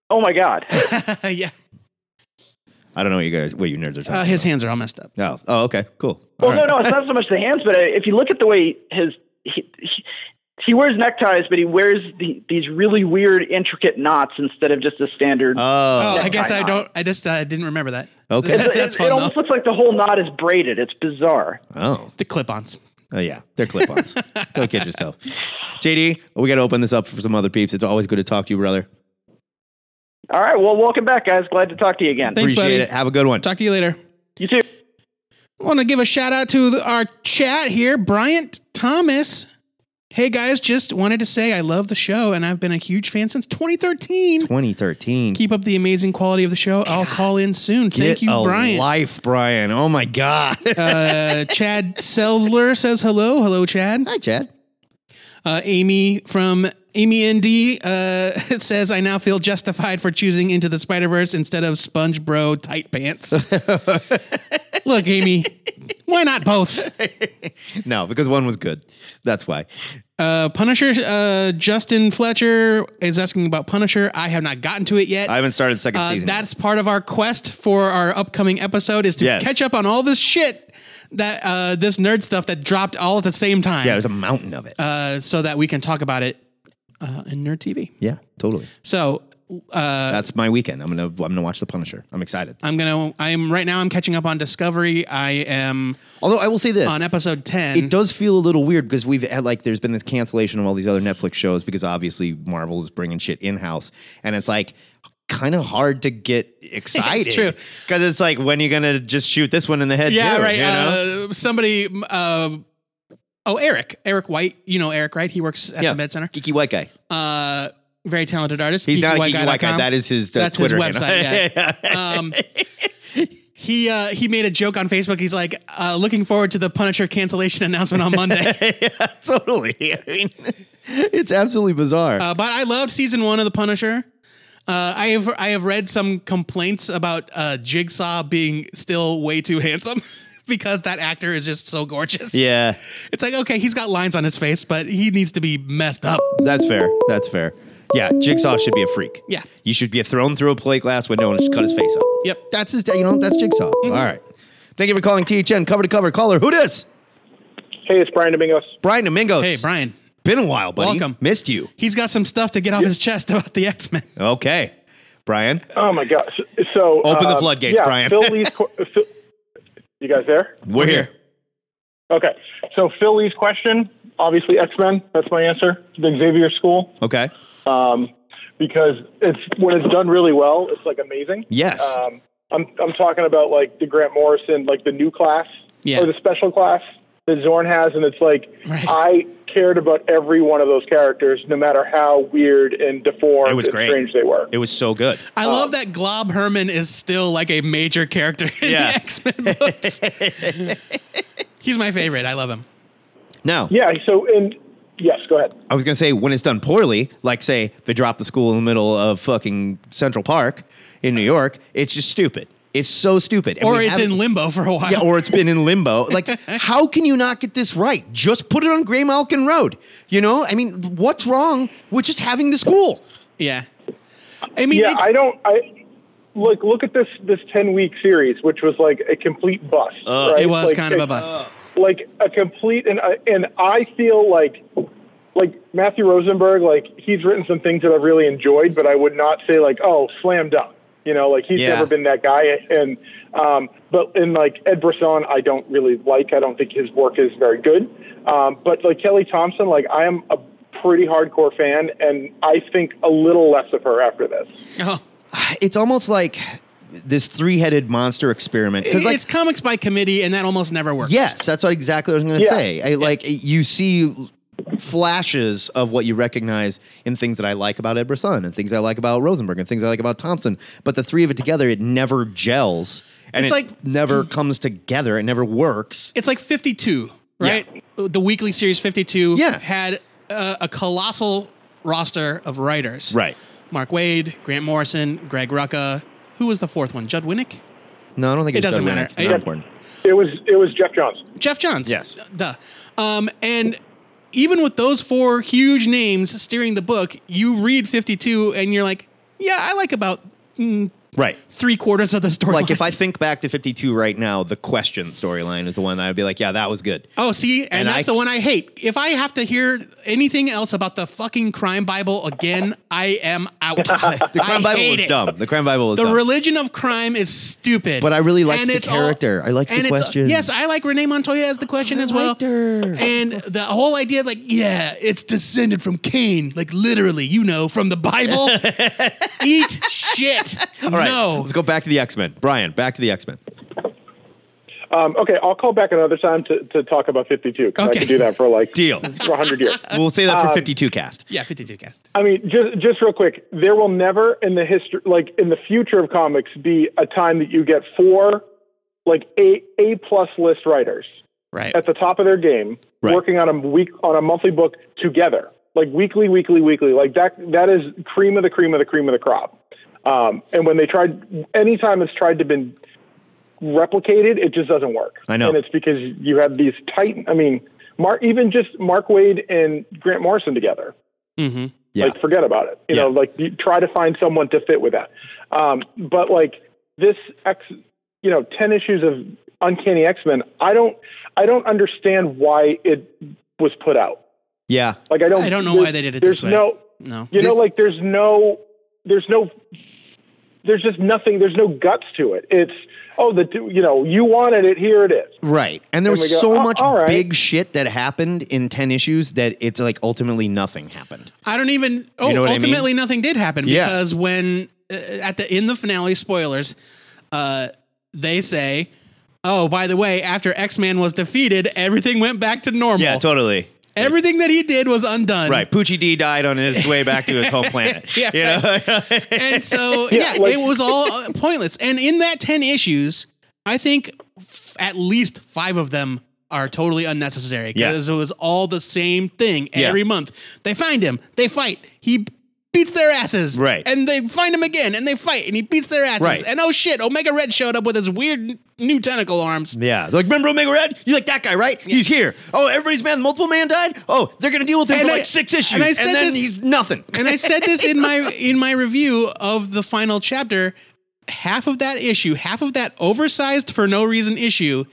Oh my [laughs] God! yeah. I don't know what you guys, what you nerds are talking Uh, his about. hands are all messed up. Oh, oh, okay, cool. Well, All no, right. no, it's not so much the hands, but uh, if you look at the way his he, he, he wears neckties, but he wears the, these really weird, intricate knots instead of just a standard. Oh, Oh, I guess why I not? don't. I just uh, didn't remember that. okay. [laughs] That's- that's it, fun, it though. almost looks like the whole knot is braided. It's bizarre. Oh, The clip-ons. oh yeah, they're clip-ons. Don't kid yourself. JD, we got to open this up for some other peeps. It's always good to talk to you, brother. All right. Well, welcome back, guys. Glad to talk to you again. Thanks, Appreciate buddy. it. Have a good one. Talk to you later. You too. I want to give a shout out to the- our chat here, Bryant Thomas. Hey guys, just wanted to say I love the show and I've been a huge fan since 2013. 2013. Keep up the amazing quality of the show. I'll call in soon. Thank Get you, a Bryant. Life, Brian. Oh my God. Uh, Chad Selzler says hello. Hello, Chad. Hi, Chad. Uh, Amy from Amy ND uh, [laughs] says, I now feel justified for choosing Into the Spider Verse instead of Sponge Bro tight [laughs] pants. Look, Amy, why [laughs] not both? [laughs] No, because one was good. That's why. Uh, Punisher, uh, Justin Fletcher is asking about Punisher. I have not gotten to it yet. I haven't started the second uh, season. that's part of our quest for our upcoming episode is to Yes. catch up on all this shit that uh, this nerd stuff that dropped all at the same time yeah, there's a mountain of it. uh, so that we can talk about it uh, in Nerd TV. yeah, totally. So uh, that's my weekend. I'm gonna I'm gonna watch The Punisher. I'm excited. I'm gonna. I'm right now. I'm catching up on Discovery. I am Although I will say this. on episode ten. it does feel a little weird because we've had like there's been this cancellation of all these other Netflix shows because obviously Marvel is bringing shit in house, and it's like kind of hard to [laughs] get excited. true. because it's like when you're gonna just shoot this one in the head. yeah, too, right. You know? uh, somebody. Uh, oh, Eric. Eric White. You know Eric, right? He works at yeah, the Med Center. geeky white guy. Uh, very talented artist. E He's not a geeky white guy. geekyguy.com. That is his. Uh, That's his Twitter website. handle. [laughs] Yeah. Um, he uh, he made a joke on Facebook. He's like, uh, looking forward to the Punisher cancellation announcement [laughs] on Monday. yeah, totally. [laughs] I mean, it's absolutely bizarre. Uh, but I loved season one of The Punisher. Uh, I have I have read some complaints about uh, Jigsaw being still way too handsome [laughs] because that actor is just so gorgeous. yeah, it's like okay, he's got lines on his face, but he needs to be messed up. that's fair. That's fair. Yeah, Jigsaw should be a freak. Yeah. you should be thrown through a plate glass window and just cut his face up. Yep. Mm-hmm. That's his. You know, that's Jigsaw. All right. Thank you for calling THN cover to cover. Caller, who dis? Hey, it's Brian Domingos. Brian Domingos. Hey, Brian, Been a while, buddy. Welcome. Missed you. he's got some stuff to get off his chest about the X Men. [laughs] Okay, Brian. Oh my gosh! So Open the uh, floodgates, yeah, Brian. Phil [laughs] Lee's. qu- Phil, you guys there? We're here. Okay. So Phil Lee's question, obviously X Men. That's my answer. The Xavier School, Okay. um, because it's when it's done really well, it's like amazing. Yes. Um, I'm I'm talking about like the Grant Morrison, like the new class Yeah. or the special class that Zorn has, and it's like Right. I cared about every one of those characters, no matter how weird and deformed It was and great. strange they were. it was so good. I Uh, love that Glob Herman is still like a major character in Yeah. the X Men books. [laughs] he's my favorite. I love him. Now, yeah. So and yes, go ahead. I was gonna say when it's done poorly, like say they drop the school in the middle of fucking Central Park in New York, it's just stupid. It's so stupid. And Or we it's haven't- in limbo for a while. yeah, or it's been in limbo. [laughs] Like, [laughs] how can you not get this right? Just put it on Gray Malkin Road. You know, I mean, what's wrong with just having the school? [sighs] Yeah. I mean, yeah, it's, I don't. I look look at this this ten week series, which was like a complete bust. right? Uh, it was Like, kind of it- a bust. like a complete and I- and I feel like like Matthew Rosenberg, like he's written some things that I've really enjoyed, but I would not say like oh slam dunk. You know, like he's Yeah. never been that guy. And um, but in like Ed Brisson, I don't really like. I don't think his work is very good. Um, but like Kelly Thompson, like I am a pretty hardcore fan, and I think a little less of her after this. Oh. It's almost like this three headed monster experiment. It- Because, like, it's comics by committee, and that almost never works. Yes, that's what exactly what I was going to Yeah. say. I, Like you see flashes of what you recognize in things that I like about Ed Brisson and things I like about Rosenberg and things I like about Thompson, but the three of it together, it never gels. And It's it like- never comes together. It never works. it's like 52, right? The weekly series 52 Yeah. had uh, a colossal roster of writers. Right. Mark Wade, Grant Morrison, Greg Rucka. Who was the fourth one? Judd Winnick? No, I don't think It it's doesn't done matter. right. Not I- important. It was it was Jeff Johns. Jeff Johns. Yes. Duh. Um, and even with those four huge names steering the book, you read 52 and you're like, yeah, I like about mm, Right. three quarters of the story. Like if I think back to 52 right now, the question storyline is the one that I'd be like, yeah, that was good. Oh, see, and, And that's I- the one I hate. If I have to hear anything else about the fucking crime Bible again, I am [laughs] out. The Crime Bible hate was it. dumb. The Crime Bible was The dumb. religion of crime is stupid. But I really liked And the it's all- character. I liked the and it's- uh, question. Yes, I like Renee Montoya as the question as well. liked her. And the whole idea, like, yeah, it's descended from Cain, like literally, you know, from [laughs] the Bible. Eat shit. All right, No. let's go back to the X Men. Brian, back to the X Men. Um, okay, I'll call back another time to, to talk about 52 because Okay. I could do that for like Deal. for 100 years. We'll say Um, that for 52 cast. Yeah, 52 cast. I mean, just just real quick, there will never in the history, like in the future of comics, be a time that you get four, like a a plus list writers Right. at the top of their game Right. working on a week on a monthly book together, like weekly, weekly, weekly. Like that that is cream of the cream of the cream of the crop. Um, and when they tried, anytime it's tried to been replicated, it just doesn't work. I know. and it's because you have these tight. I mean, Mark, even just Mark Wade and Grant Morrison together. Mm-hmm. Yeah. Like, forget about it. You know, Yeah. like you try to find someone to fit with that. Um, but like this X, you know, ten issues of Uncanny X Men. I don't, I don't understand why it was put out. Yeah. Like, I don't, I don't know there- why they did it There's this way. no, No. you know, This- like there's no, there's no, there's just nothing. There's no guts to it. It's oh, the you know, you wanted it. Here it is. Right. And there Then was we go, so "Oh, much all right." big shit that happened in 10 issues that it's like ultimately nothing happened. I don't even. Oh, know what I mean? ultimately, nothing did happen Yeah. because when uh, at the in the finale spoilers, uh, they say, "Oh, by the way, after X Man was defeated, everything went back to normal. totally. Everything that he did was undone. Right. Poochie D died on his way back to [laughs] his home planet. Yeah, You know? [laughs] And so, yeah, like- it was all uh, pointless. And in that ten issues, I think f- at least five of them are totally unnecessary because it was all the same thing Yeah. every month. They find him, they fight, he b- beats their asses, Right. And they find him again, and they fight, and he beats their asses. Right. And oh shit, Omega Red showed up with his weird n- new tentacle arms. yeah. They're like, remember Omega Red? You like that guy, right? He's here. Oh, everybody's man, multiple man died? Oh, they're going to deal with him And for I- like six issues. and I said then this- he's nothing. And I said this in [laughs] my in my review of the final chapter. Half of that issue, half of that oversized for no reason issue,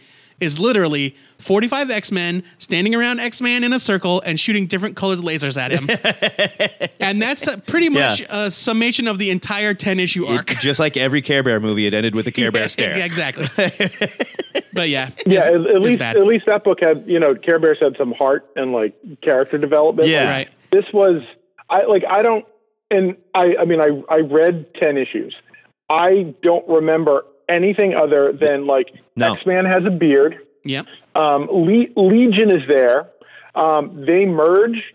is literally 45 X-Men standing around X-Man in a circle and shooting different colored lasers at him. [laughs] and that's uh, pretty much a summation of the entire 10 issue arc. Just like every Care Bear movie, it ended with a Care Bear stare. [laughs] [laughs] Yeah, exactly. but yeah. it's- Yeah, at, at it's least bad. at least that book had you know Care Bears had some heart and like character development. Yeah. Right. this was I like I don't and I I mean I I read 10 issues. I don't remember anything other than like No. X-Man has a beard. Yep. Um Le- Legion is there. Um they merge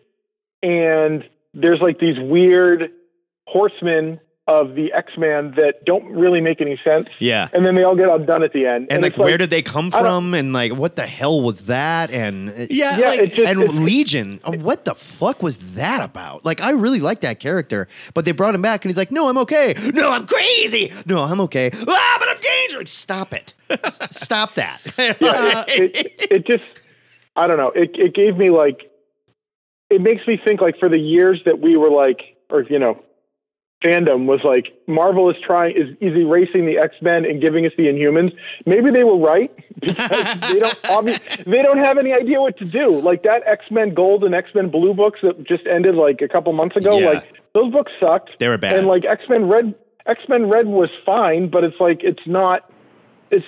and there's like these weird horsemen of the X-Man that don't really make any sense. Yeah. And then they all get undone at the end. and like, it's where did they come I don't- from? And like, what the hell was that? And uh, Yeah, Yeah, like- it just and it's- Legion, uh, what the fuck was that about? Like, I really like that character, but they brought him back, and he's like, "No, I'm okay. No, I'm crazy. No, I'm okay. Ah, but I'm danger. Like, stop it. stop that. [laughs] yeah, it, it, it just I don't know. It it gave me like it makes me think like for the years that we were like or you know fandom was like Marvel is trying is, is erasing the X Men and giving us the Inhumans. Maybe they were right [laughs] because [laughs] they don't obvi- they don't have any idea what to do. Like that X Men Gold and X Men Blue books that just ended like a couple months ago. Yeah. Like those books sucked. They were bad. And like X Men Red X Men Red was fine, but it's like it's not. It's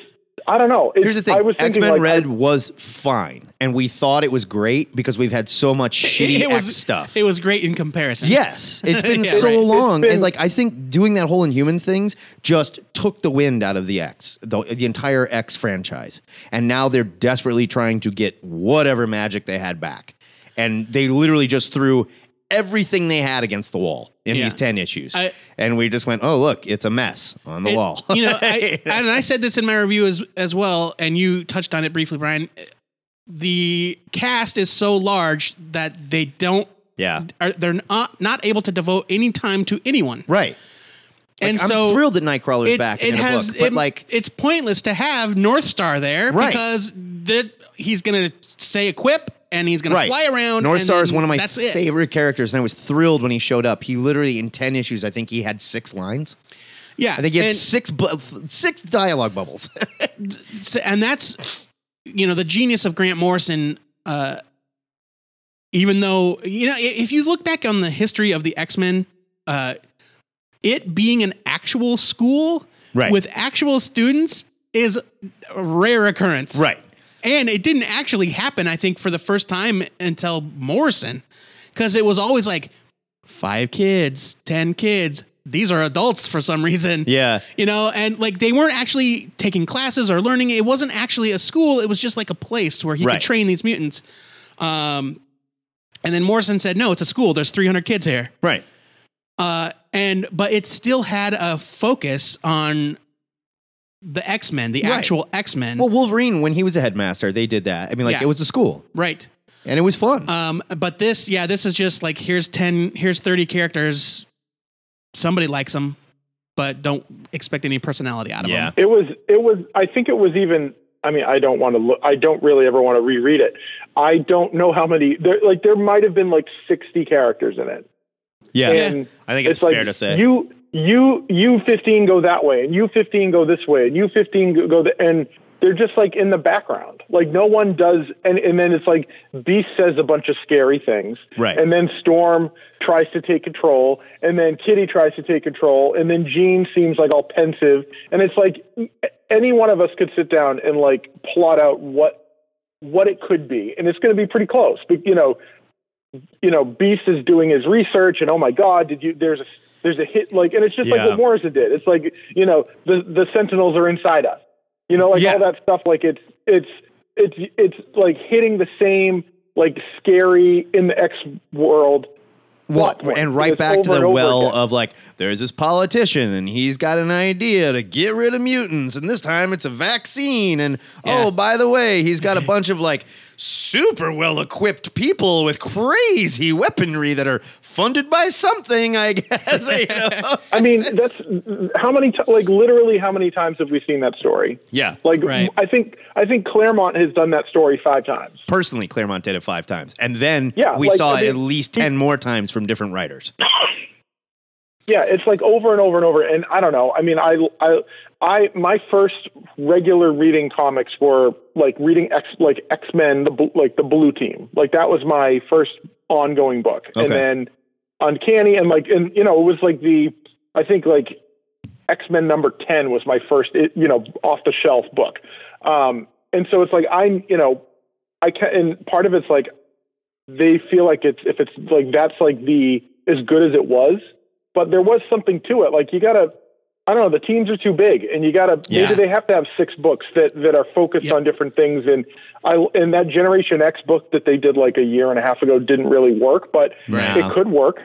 I don't know. It's, Here's the thing. I was X thinking Men like, Red I- was fine, and we thought it was great because we've had so much [laughs] shitty it was X stuff. It was great in comparison. Yes, [laughs] it's been Yeah, so right. long, It's and been- like I think doing that whole Inhuman things just took the wind out of the X, the, the entire X franchise, and now they're desperately trying to get whatever magic they had back, and they literally just threw everything they had against the wall in Yeah. these ten issues, I- and we just went, oh look, it's a mess on the It- wall. [laughs] you [laughs] know, I, and I said this in my review as as well, and you touched on it briefly, Brian. The cast is so large that they don't yeah, are they're not, not able to devote any time to anyone. right. and I'm so thrilled that Nightcrawler's it, back. it and in a has book, but it- like it's pointless to have North Star there Right. because that he's gonna say a quip and he's gonna fly around. North and Star is then one of my that's it. favorite characters, and I was thrilled when he showed up. He literally, in ten issues, I think he had six lines. Yeah, I think he had and- six bu- six dialogue bubbles. So- and that's you know the genius of Grant Morrison. Uh, even though you know, i- if you look back on the history of the X Men, uh, it being an actual school Right. with actual students is a rare occurrence, And it didn't actually happen, I think, for the first time until Morrison, because it was always like five kids, ten kids. These are adults for some reason Yeah. you know and like they weren't actually taking classes or learning it wasn't actually a school it was just like a place where he Right. could train these mutants um, and then morrison said no it's a school there's 300 kids here Right. uh, and but it still had a focus on the x-men the Right. actual x-men Well, Wolverine, when he was a headmaster, they did that. I mean, like Yeah. it was a school, right and it was fun. um, but this yeah this is just like here's 10 here's 30 characters somebody likes them but don't expect any personality out of them It was. It was. I think it was even. I mean, I don't want to look. I don't really ever want to reread it. I don't know how many. There, like there might have been like sixty characters in it. yeah. And I think it's, like fair to say. you, you, you fifteen go that way, and you fifteen go this way, and you fifteen go- go the, and they're just like in the background. Like no one does, and and then it's like Beast says a bunch of scary things, Right. And then Storm tries to take control, and then Kitty tries to take control, and then Jean seems like all pensive, and it's like e, any one of us could sit down and like plot out what what it could be, and it's going to be pretty close. But you know, you know, Beast is doing his research, and oh my God, did you? There's a there's a hit like, and it's just Yeah. like what Morrison did. It's like you know, the the Sentinels are inside us. You know, like Yeah. all that stuff. Like it's it's it's it's like hitting the same like scary in the X world. Well, plot point. and And right it's back to over the and over well again. of like, there's this politician and he's got an idea to get rid of mutants, and this time it's a vaccine. And Yeah. oh, by the way, he's got a bunch of like super well equipped people with crazy weaponry that are funded by something, [laughs] I [laughs] guess. you know? I mean, that's how many t- like literally how many times have we seen that story? Yeah. Like Right. I think I think Claremont has done that story five times. Personally, Claremont did it five times. And then Yeah, we like, saw I it mean- at least 10 more times from different writers. yeah, it's like over and over and over. And I don't know. I mean, I, I, I, my first regular reading comics were like reading X, like X Men, the bl- like the Blue Team. Like that was my first ongoing book, and Okay. then Uncanny, and like, and you know, it was like the, I think like X Men number ten was my first, it, you know, off the shelf book. Um, and so it's like I'm, you know, I can, and part of it's like they feel like it's if it's like that's like the as good as it was, but there was something to it. Like you gotta, I don't know, the teams are too big, and you gotta Yeah. maybe they have to have six books that that are focused Yep. on different things. And I and that Generation X book that they did like a year and a half ago didn't really work, but Nah. it could work.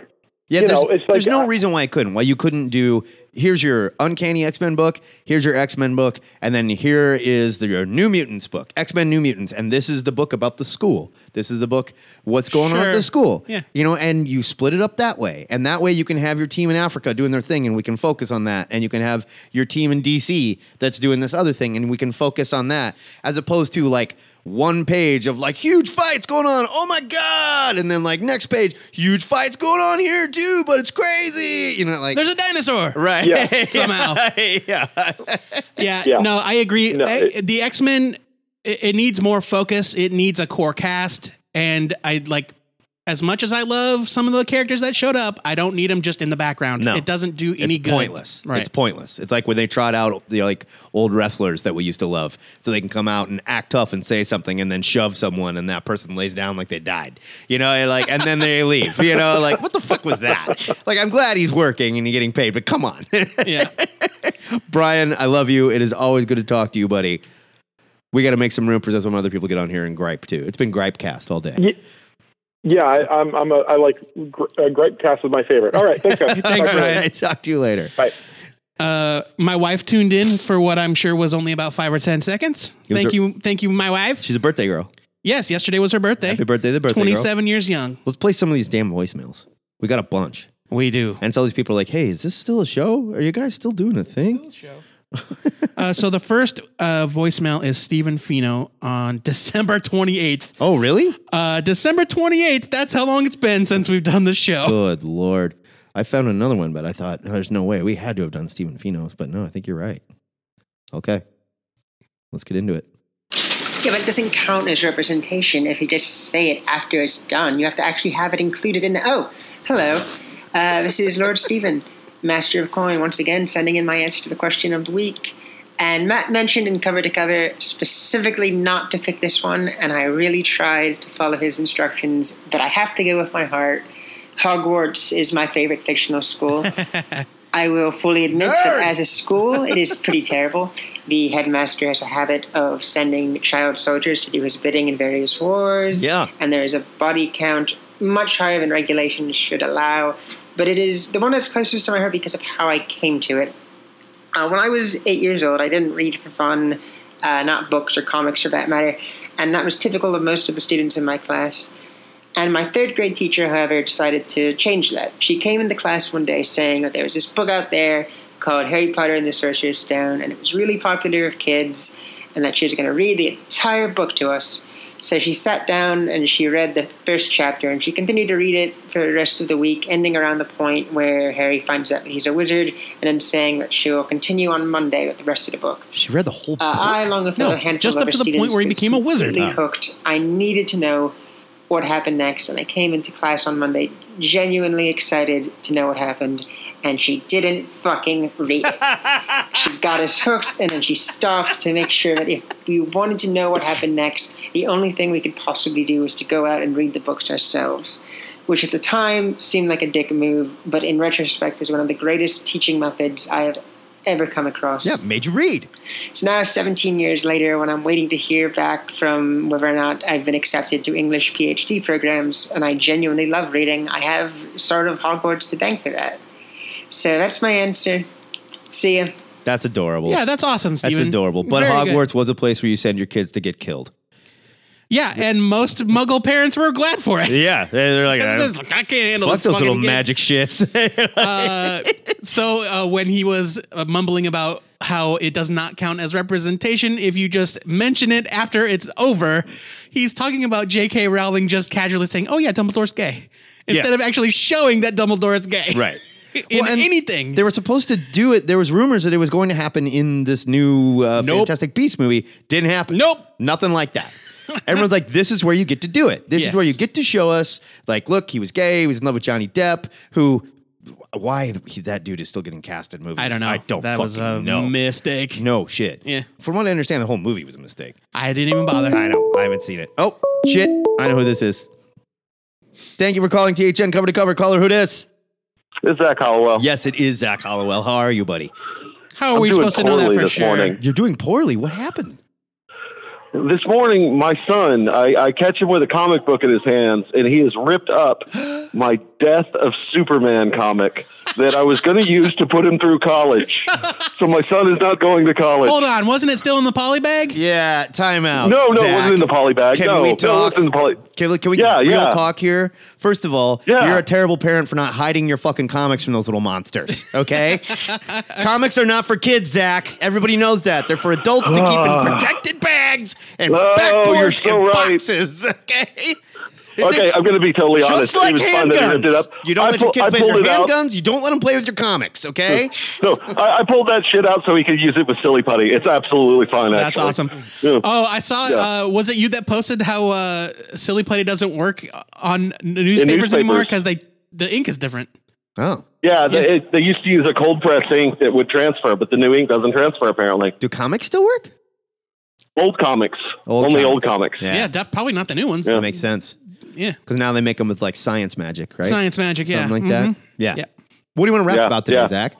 Yeah, You there's, know, it's like- there's no reason why I couldn't. Why you couldn't do here's your Uncanny X Men book, here's your X Men book, and then here is the, your New Mutants book, X Men New Mutants, and this is the book about the school. This is the book what's going on at Sure. the school. Yeah. you know, and you split it up that way, and that way you can have your team in Africa doing their thing, and we can focus on that, and you can have your team in DC that's doing this other thing, and we can focus on that, as opposed to like. One page of like huge fights going on. Oh my god! And then like next page, huge fights going on here too, but it's crazy. You know, like There's a dinosaur. Right. [laughs] Yeah. Somehow. yeah. Yeah, Yeah. no, I agree. No, I- it- the X Men, it, it needs more focus. It needs a core cast, and I like as much as I love some of the characters that showed up. I don't need them just in the background. No. it doesn't do any It's good. pointless. Right. It's pointless. It's like when they trot out the like old wrestlers that we used to love, so they can come out and act tough and say something, and then shove someone, and that person lays down like they died. You know, and like, and then they leave. You know, like what the fuck was that? Like, I'm glad he's working and he's getting paid, but come on, yeah. [laughs] Brian, I love you. It is always good to talk to you, buddy. We got to make some room for some other people to get on here and gripe too. It's been gripe cast all day. Yeah, I, I'm. I'm a. I like gr- uh, grape cast is my favorite. All right, [laughs] thanks guys. Thanks, All Brian. right, talk to you later. Bye. Uh, my wife tuned in for what I'm sure was only about five or ten seconds. was Thank her- you, thank you, my wife. She's a birthday girl. Yes, yesterday was her birthday. Happy birthday, the birthday girl. Twenty-seven years young. Let's play some of these damn voicemails. We got a bunch. We do. And so these people are like, hey, is this still a show? Are you guys still doing a thing? Uh, so the first uh, voicemail is Stephen Fino on [laughs] December 28th. Oh, really? Uh, December 28th. That's how long it's been since we've done this show. Good Lord. I found another one, but I thought, "Oh, there's no way. We had to have done Stephen Finos, but no, I think you're right. Okay. Let's get into it. Yeah, but it doesn't count as representation if you just say it after it's done. You have to actually have it included in the. Oh, hello. Uh, this is Lord Stephen, Master of Coin, once again sending in my answer to the question of the week. And Matt mentioned in cover to cover specifically not to pick this one, and I really tried to follow his instructions, but I have to go with my heart. Hogwarts is my favorite fictional school. I will fully admit that as a school, it is pretty terrible. The headmaster has a habit of sending child soldiers to do his bidding in various wars. [laughs] Yeah. And there is a body count much higher than regulations should allow. But it is the one that's closest to my heart because of how I came to it. Uh, when I was eight years old, I didn't read for fun, uh, not books or comics for that matter, and that was typical of most of the students in my class. And my third grade teacher, however, decided to change that. She came into class one day saying that there was this book out there called Harry Potter and the Sorcerer's Stone, and it was really popular with kids, and that she was going to read the entire book to us. So she sat down and she read the first chapter, and she continued to read it for the rest of the week, ending around the point where Harry finds out that he's a wizard, and then saying that she will continue on Monday with the rest of the book. She read the whole Uh, book. I, along with No, another handful just of up other to the students, point where he was became a wizard. completely Ah. Hooked. I needed to know what happened next, and I came into class on Monday genuinely excited to know what happened, and she didn't fucking [laughs] read it. she got us hooked, and then she stopped to make sure that if we wanted to know what happened next, the only thing we could possibly do was to go out and read the books ourselves. Which at the time seemed like a dick move, but in retrospect is one of the greatest teaching methods I have ever come across. yeah, made you read. So now, 17 years later, when I'm waiting to hear back from whether or not I've been accepted to English PhD programs, and I genuinely love reading, I have sort of Hogwarts to thank for that. So that's my answer. See ya. That's adorable. Yeah, that's awesome, that's Steven. adorable. But Very good. Hogwarts was a place where you send your kids to get [laughs] killed. Yeah, and most Muggle parents were glad for it. Yeah. They're like, It's just, [laughs] I can't handle this fucking game." shits. [laughs] Uh, so uh, when he was uh, mumbling about how it does not count as representation if you just mention it after it's over, he's talking about J.K. Rowling just casually saying, "Oh yeah, Dumbledore's gay," instead Yeah. of actually showing that Dumbledore is gay. [laughs] Right. In Well, and anything. They were supposed to do it. There was rumors that it was going to happen in this new uh, Nope. Fantastic Beast movie. Didn't happen. Nope. Nothing like [laughs] that. Everyone's like, this is where you get to do it. This Yes. is where you get to show us, like, look, he was gay. He was in love with Johnny Depp, who, why he, that dude is still getting cast in movies. [laughs] I don't know. I don't That fucking was a know. mistake. no shit. Yeah. From what I understand, the whole movie was a mistake. I didn't even bother. I know. I haven't seen it. Oh, shit. I know who this is. Thank you for calling THN cover to cover. Caller, who this? It's Zach Hollowell. Yes, it is Zach Hollowell. How are you, buddy? How are I'm we doing supposed to know that poorly for this sure? morning. You're doing poorly. What happened? Uh, [gasps] This morning, my son, I, I catch him with a comic book in his hands, and he is ripped up my Death of Superman comic that I was going to use to put him through [laughs] college. So my son is not going to college. Hold on, wasn't it still in the poly bag? Yeah, timeout. No, no, it Zach. wasn't in the poly bag. Can no, we no, it talk? wasn't in the poly. Can, look, can we Yeah, real yeah. talk here? First of all, Yeah. you're a terrible parent for not hiding your fucking comics from those little monsters. [laughs] Okay, comics are not for kids, Zach. Everybody knows that. They're for adults to keep in protected bags and Ah. Oh, you're backboards so and right. boxes. [laughs] Okay. Okay, I'm going to be totally Just honest. like it was fun that I ripped it handguns. up. You don't I let pull- your I kid play with pulled your it out. handguns. You don't let them play with your comics. Okay. No, I, I pulled that shit out so he could use it with silly putty. It's absolutely fine. That's actually. awesome. Yeah. Oh, I saw. Yeah. Uh, was it you that posted how uh, silly putty doesn't work on n- newspapers, anymore because newspapers. they the ink is different? Oh, Yeah, they, it- they used to use a cold press ink that would transfer, but the new ink doesn't transfer apparently. do comics still work? Old comics, Old only comics. old comics. Yeah, def- probably not the new ones. that Yeah, makes sense. Because now they make them with like science magic, right? science magic. Yeah, Something like Mhm. that. Yeah. Yeah. What do you want to rap Yeah, about today, yeah. Zach?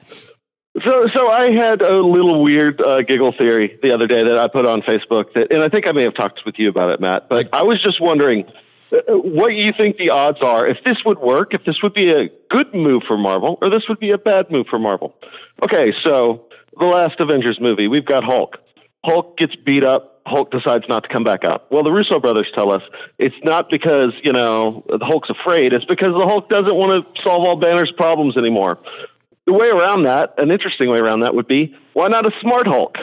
So, so I had a little weird uh, giggle theory the other day that I put on Facebook, that, and I think I may have talked with you about it, Matt. But I was just wondering uh, what you think the odds are if this would work, if this would be a good move for Marvel, or this would be a bad move for Marvel. Okay, so the last Avengers movie, we've got Hulk. Hulk gets beat up. Hulk decides not to come back up. Well, the Russo brothers tell us it's not because, you know, the Hulk's afraid. It's because the Hulk doesn't want to solve all Banner's problems anymore. The way around that, an interesting way around that would be why not a smart Hulk?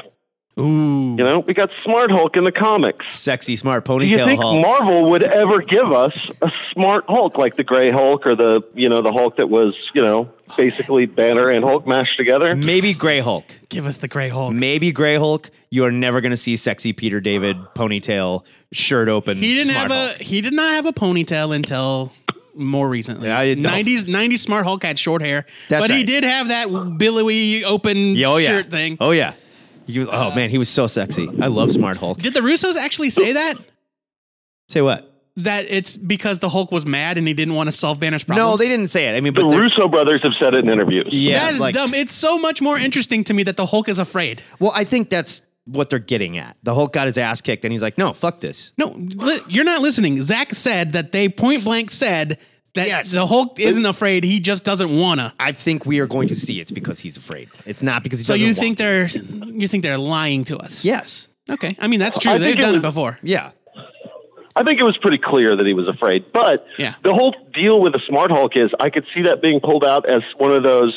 Ooh, You know, we got smart Hulk in the comics. Sexy, smart Do you ponytail think Hulk. Marvel would ever give us a smart Hulk like the Gray Hulk or the, you know, the Hulk that was, you know, basically Banner and Hulk mashed together? Maybe Gray Hulk. give us the Gray Hulk. Maybe Gray Hulk. You are never going to see sexy Peter David ponytail, shirt open. He didn't Mm, smart have Hulk. a he did not have a ponytail until more recently. Yeah, I don't. Nineties nineties Smart Hulk had short hair, That's but he right. did have that billowy open Yeah, oh, yeah. shirt thing. Oh yeah. He was- oh man, he was so sexy. I love Smart Hulk. Did the Russos actually say that? Say what? That it's because the Hulk was mad and he didn't want to solve Banner's problems. No, they didn't say it. I mean, The but they're- Russo brothers have said it in interviews. yeah, that is like- dumb. It's so much more interesting to me that the Hulk is afraid. Well, I think that's what they're getting at. The Hulk got his ass kicked, and he's like, "No, fuck this." No, li- you're not listening. Zach said that they point blank said that Yes. the Hulk isn't afraid. He just doesn't wanna. I think we are going to see it's because he's afraid. It's not because he So doesn't you want think to. they're you think they're lying to us? Yes. Okay. I mean that's true. I They've think it done it was- before. Yeah. I think it was pretty clear that he was afraid. But Yeah. the whole deal with the Smart Hulk is I could see that being pulled out as one of those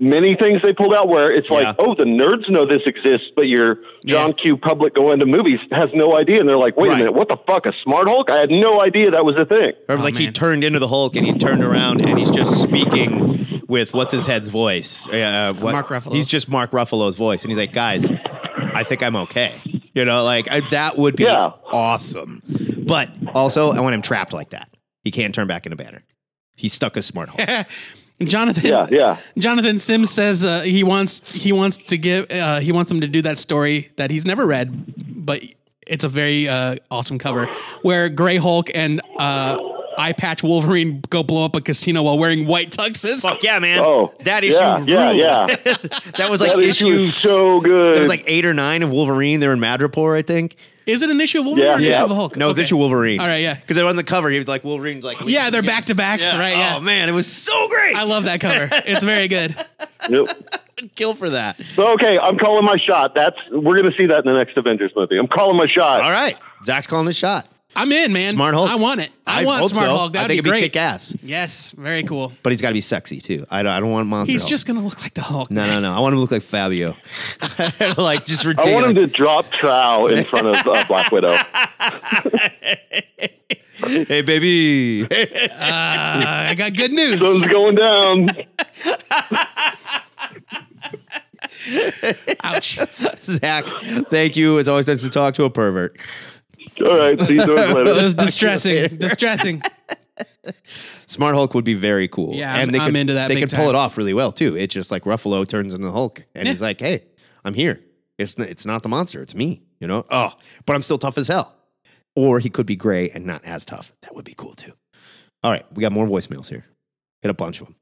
many things they pulled out where it's like, Yeah. oh, the nerds know this exists, but your John Yeah. Q public going to movies has no idea. And they're like, wait Right. a minute, what the fuck, a Smart Hulk? I had no idea that was a thing. Or Oh, like he turned into the Hulk and he turned around and he's just speaking with what's his head's voice. Uh, what- Mark Ruffalo. He's just Mark Ruffalo's voice, and he's like, "Guys, I think I'm okay." You know, like I, that would be Yeah. awesome. But also, I want him trapped like that. He can't turn back into Banner. He's stuck as Smart Hulk. [laughs] Jonathan. Yeah, yeah. Jonathan Sims says uh, he wants he wants to give uh, he wants them to do that story that he's never read, but it's a very uh, awesome cover where Gray Hulk and uh, Eye Patch Wolverine go blow up a casino while wearing white tuxes. Fuck yeah, man! Oh, that issue, yeah, yeah, ruled. yeah. that was like that issue issue is so good. There was like eight or nine of Wolverine. They're in Madripoor, I think. [laughs] Is it an issue of Wolverine Yeah, or an yeah. issue of Hulk? No, it's Okay. issue Wolverine. All right, yeah. Because on the cover, he was like Wolverine's like Yeah, they're back to back, right? Yeah. Oh man, it was so great. I love that cover. [laughs] It's very good. Yep. [laughs] would kill for that. so, okay, I'm calling my shot. That's We're going to see that in the next Avengers movie. I'm calling my shot. All right, Zach's calling his shot. I'm in, man. Smart Hulk. I want it. I, want hope Smart so. Hulk. I That'd think be it'd be great. kick ass. Yes, very cool. But he's got to be sexy too. I don't. I don't want monster. He's Hulk. just gonna look like the Hulk. No, no, no. I want him to look like [laughs] Fabio. like just I ridiculous. want him to drop Trow in front of [laughs] uh, Black Widow. [laughs] hey, baby. Uh, Oh, I got good news. Sun's going down. Ouch. [laughs] Zach, thank you. It's always nice to talk to a pervert. All right, see you [laughs] [laughs] guys later. It was distressing. Distressing. Smart Hulk would be very cool. Yeah, I'm- they I'm could, into that They big could pull time. it off really well too. It's just like Ruffalo turns into the Hulk, and Yeah. he's like, "Hey, I'm here. It's n- it's not the monster. It's me. You know. Oh, but I'm still tough as hell." Or he could be gray and not as tough. That would be cool too. All right, we got more voicemails here. Hit a bunch of them.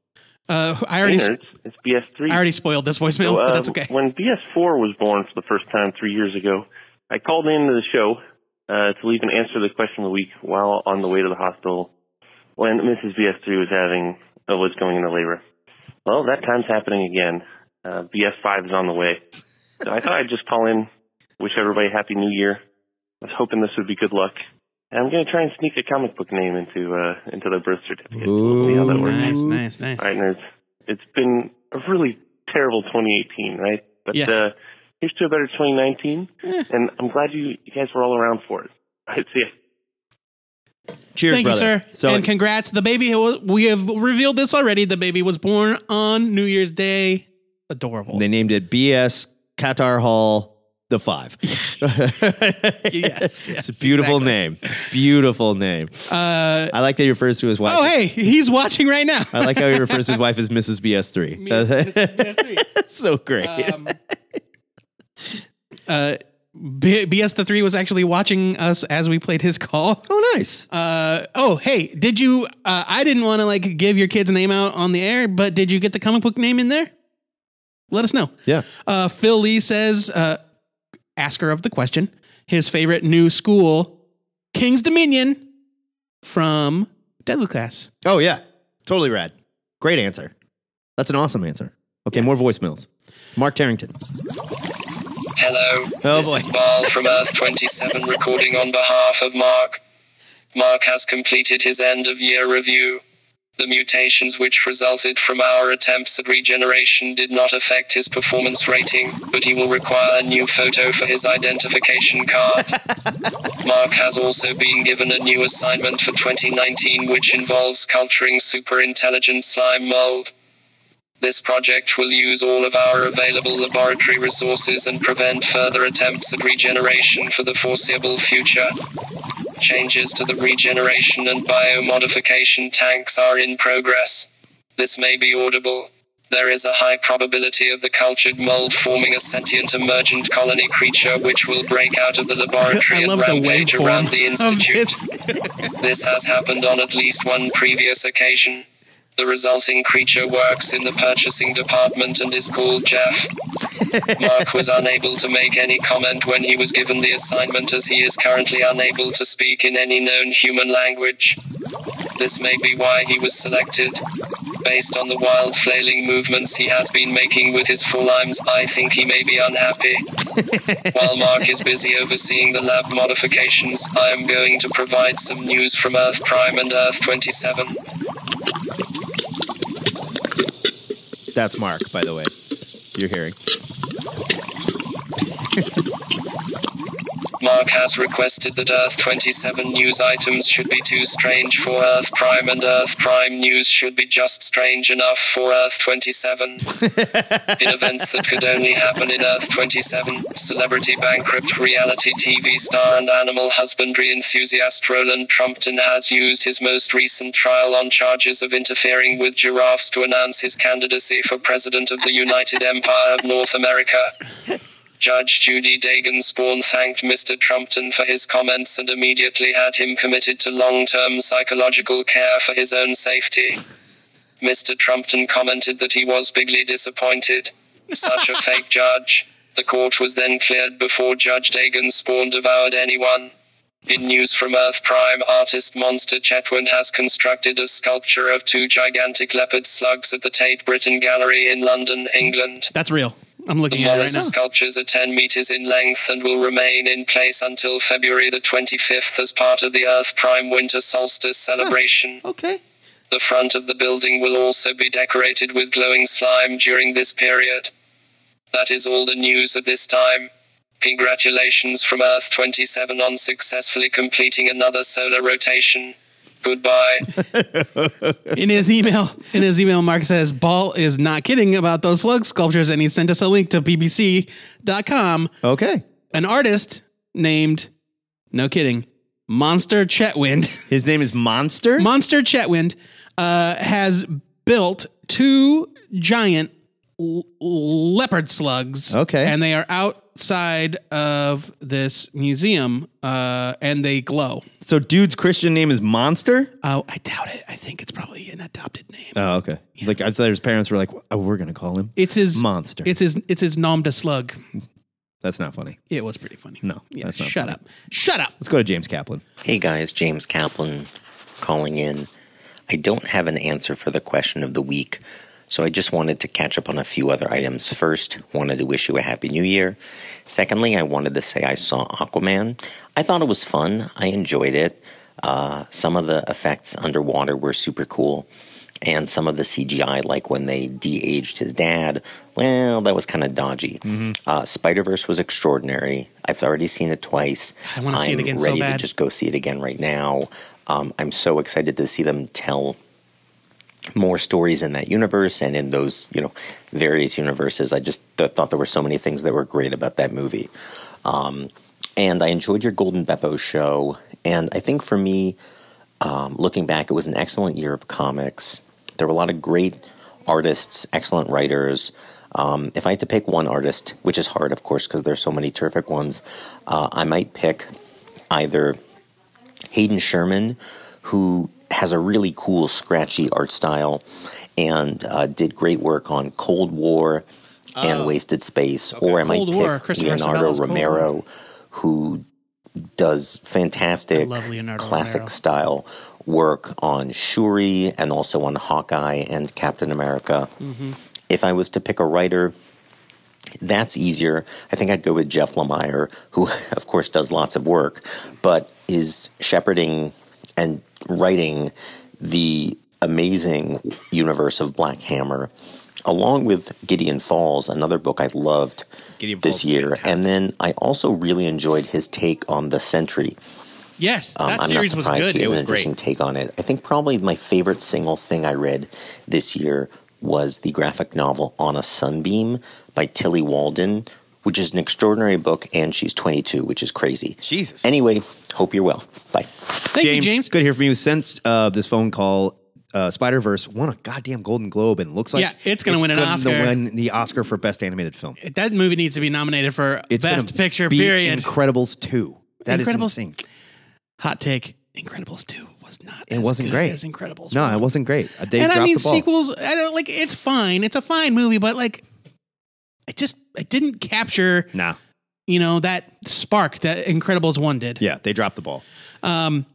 Uh, I already, Nerds, it's BS3. I already spoiled this voicemail, So, uh, but that's okay. When BS4 was born for the first time three years ago, I called into the show uh, to leave an answer to the question of the week while on the way to the hospital. when Mrs. BS3 was having uh, was going into labor. Well, that time's happening again. Uh, BS5 is on the way. So I thought I'd just call in, wish everybody happy New Year. I was hoping this would be good luck. And I'm going to try and sneak a comic book name into uh, into the birth certificate. We'll see how that works. nice, nice, nice. All right, nerds. It's been a really terrible 2018, right? But Yes. Eh. uh, here's to a better 2019. And I'm glad you, you guys were all around for it. All right, see ya. Cheers, Thank you, brother. sir. So- and congrats. The baby, we have revealed this already. The baby was born on New Year's Day. Adorable. They named it BS Qatar Hall the [laughs] Five. [laughs] yes, yes, It's a beautiful name. Beautiful name. Uh, I like that he refers to his wife. oh, hey, he's watching right now. I like how he refers to his wife as Mrs. BS3. [laughs] That's [laughs] so great. Um, uh, B- BS the three was actually watching us as we played his call. [laughs] Oh, nice. Uh, oh, hey, did you? Uh, I didn't want to like give your kid's name out on the air, but did you get the comic book name in there? Let us know. yeah. Uh, Phil Lee says, uh, asker of the question, his favorite new school, King's Dominion, from Deadly Class. Oh, yeah. Totally rad. Great answer. That's an awesome answer. Okay, more voicemails. Mark Tarrington. Hello. Oh, this boy. is Baal from Earth 27 recording on behalf of Mark. Mark has completed his end of year review. The mutations which resulted from our attempts at regeneration did not affect his performance rating, but he will require a new photo for his identification card. [laughs] Mark has also been given a new assignment for 2019 which involves culturing super intelligent slime mold. This project will use all of our available laboratory resources and prevent further attempts at regeneration for the foreseeable future. Changes to the regeneration and biomodification tanks are in progress. This may be audible. There is a high probability of the cultured mold forming a sentient emergent colony creature which will break out of the [laughs] laboratory and rampage around [laughs] the institute. This has happened on at least one previous occasion. The resulting creature works in the purchasing department and is called Jeff. Mark was unable to make any comment when he was given the assignment as he is currently unable to speak in any known human language. This may be why he was selected. Based on the wild flailing movements he has been making with his forelimbs, I think he may be unhappy. Um, While Mark is busy overseeing the lab modifications, I am going to provide some news from Earth Prime and Earth 27. That's Mark, by the way. You're hearing. Mark has requested that Earth 27 news items should be too strange for Earth Prime, and Earth Prime news should be just strange enough for Earth 27. in events that could only happen in Earth 27, celebrity bankrupt reality TV star and animal husbandry enthusiast Roland Trumpton has used his most recent trial on charges of interfering with giraffes to announce his candidacy for President of the United Empire of North America. Judge Judy Dagan Spawn thanked Mr. Trumpton for his comments and immediately had him committed to long term psychological care for his own safety. Mr. Trumpton commented that he was bigly disappointed. [laughs] Such a fake judge. The court was then cleared before Judge Dagan Spawn devoured anyone. In news from Earth Prime, artist Monster Chetwynd has constructed a sculpture of two gigantic leopard slugs at the Tate Britain Gallery in London, England. That's real. I'm looking The at it right mollusk now. sculptures are 10 meters in length and will remain in place until February the 25th as part of the Earth Prime Winter Solstice celebration. okay. The front of the building will also be decorated with glowing slime during this period. That is all the news at this time. Congratulations from Earth 27 on successfully completing another solar rotation. Goodbye. [laughs] in his email, in his email, Mark says Ball is not kidding about those slug sculptures, and he sent us a link to bbc.com. Okay, an artist named, no kidding, Monster Chetwind. [laughs] His name is Monster. Monster Chetwind uh, has built two giant l- leopard slugs. Okay. and they are outside of this museum, uh, and they glow. So, dude's Christian name is Monster? Oh, I doubt it. I think it's probably an adopted name. Oh, okay. Like, I thought his parents were like, oh, we're going to call him It's his Monster. It's his. It's his nom de slug. That's not funny. It was pretty funny. No, that's not shut funny. up. Shut up. Let's go to James Kaplan. Hey guys, James Kaplan calling in. I don't have an answer for the question of the week, so I just wanted to catch up on a few other items. First, wanted to wish you a happy new year. Secondly, I wanted to say I saw Aquaman. I thought it was fun, I enjoyed it. Uh, some of the effects underwater were super cool, and some of the CGI, like when they de aged his dad, well, that was kind of dodgy. Mm-hmm. Uh, Spider Verse was extraordinary. I've already seen it twice. I wanna see it I'm again so Ready bad. to just go see it again right now. Um, I'm so excited to see them tell more stories in that universe and in those you know various universes. I just th- thought there were so many things that were great about that movie, um, and I enjoyed your Golden Beppo show. And I think for me, um, looking back, it was an excellent year of comics. There were a lot of great artists, excellent writers. Um, if I had to pick one artist, which is hard, of course, because there's so many terrific ones, uh, I might pick either Hayden Sherman, who has a really cool, scratchy art style and uh, did great work on Cold War and Wasted Space. Or I Oh. Cold might War, pick Christopher Leonardo Sabella's Cold Romero, who does fantastic love Leonardo classic Romero. style work on Shuri and also on Hawkeye and Captain America. If I was to pick a writer, that's easier. I think I'd go with Jeff Lemire, who, [laughs] of course, does lots of work, but is shepherding and writing the amazing universe of Black Hammer, along with Gideon Falls, another book I loved Gideon this year. And then I also really enjoyed his take on The Sentry. Yes, Um, that I'm series not was surprised good. He has an interesting take on it. I think probably my favorite single thing I read this year was the graphic novel On a Sunbeam by Tilly Walden, which is an extraordinary book, and she's 22, which is crazy. Jesus. Anyway, hope you're well. Bye. Thank James, you, James. Good to hear from you. Since uh, this phone call, uh, Spider Verse won a goddamn Golden Globe and looks like Yeah, it's gonna win an gonna Oscar. win the Oscar for Best Animated Film. That movie needs to be nominated for It's Best gonna Picture, beat period. Incredibles two. That is Incredibles- insane. Hot take. Incredibles 2 was not It wasn't good great. as Incredibles No, it wasn't great. Uh, They and dropped I mean, the ball. sequels. I don't like. It's fine. It's a fine movie, but like, it just it didn't capture. Nah. You know that spark that Incredibles one did. Yeah, they dropped the [laughs] ball. Um.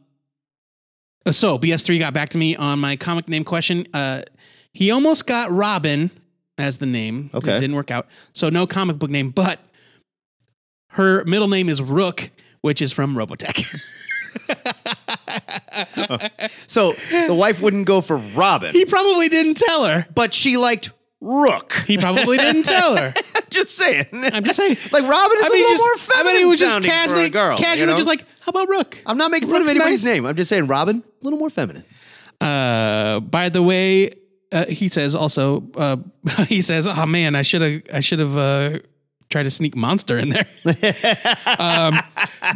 So BS3 got back to me on my comic name question. Uh, he almost got Robin as the name. Okay. it didn't work out. So no comic book name, but her middle name is Rook, which is from Robotech. [laughs] So the wife wouldn't go for Robin. he probably didn't tell her, but she liked Rook. [laughs] He probably didn't tell her. just saying. I'm just saying. Like Robin is I a mean, little just- more feminine. I mean, he was just sounding for a casually, girl, you casually, know? just like, how about Rook? I'm not making fun of Rook's anybody's nice. name. I'm just saying Robin, a little more feminine. Uh, by the way, uh, he says also, uh, [laughs] he says, oh man, I should have, I should have, uh, tried to sneak monster [laughs] in there. um,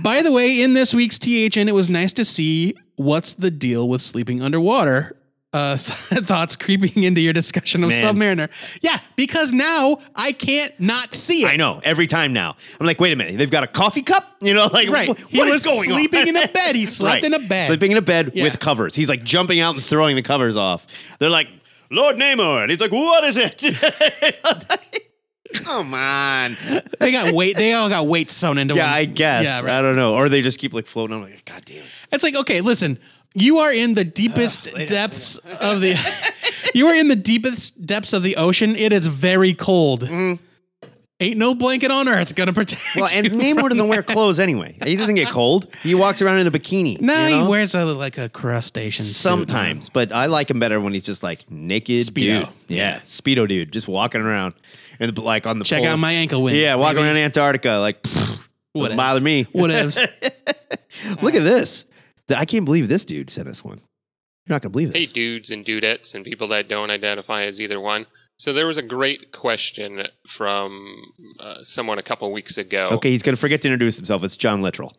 by the way, in this week's THN, it was nice to see what's the deal with sleeping underwater. Uh, [laughs] thoughts creeping into your discussion of Man. Submariner. Yeah, because now I can't not see it. I know every time now. I'm like, wait a minute, they've got a coffee cup, you know, like Right. What, He what is was going on? [laughs] sleeping in a bed. He Right. slept in a bed. sleeping in a bed Yeah. with covers. He's like jumping out and throwing the covers off. They're like, Lord Namor, and he's like, what is it? [laughs] Come on. They got weight. They all got weights sewn into yeah, one. I guess. Yeah, right. I don't know, or they just keep like floating. on [laughs] like, God damn. It's like, okay, listen, you are in the deepest depths of the [laughs] You are in the deepest depths of the ocean. It is very cold. Ain't no blanket on earth gonna protect Mm-hmm. Well, and [laughs] you Namor from doesn't wear that. clothes anyway. He doesn't get cold. He walks around in a bikini. No, you know? he wears a like a crustacean. suit. Sometimes, but I like him better when he's just like naked Speedo. dude. Yeah, speedo dude, just walking around and like on the Check pole. out my ankle wings, Yeah, walking baby. around Antarctica, uh, like [laughs] pfft, What doesn't bother me. Whatevs. [laughs] Look at this. Th- I can't believe this dude sent us one. You're not gonna believe Hey, this. dudes and dudettes and people that don't identify as either one. So there was a great question from uh, someone a couple weeks ago. Okay, he's gonna forget to introduce himself. It's John Littrell.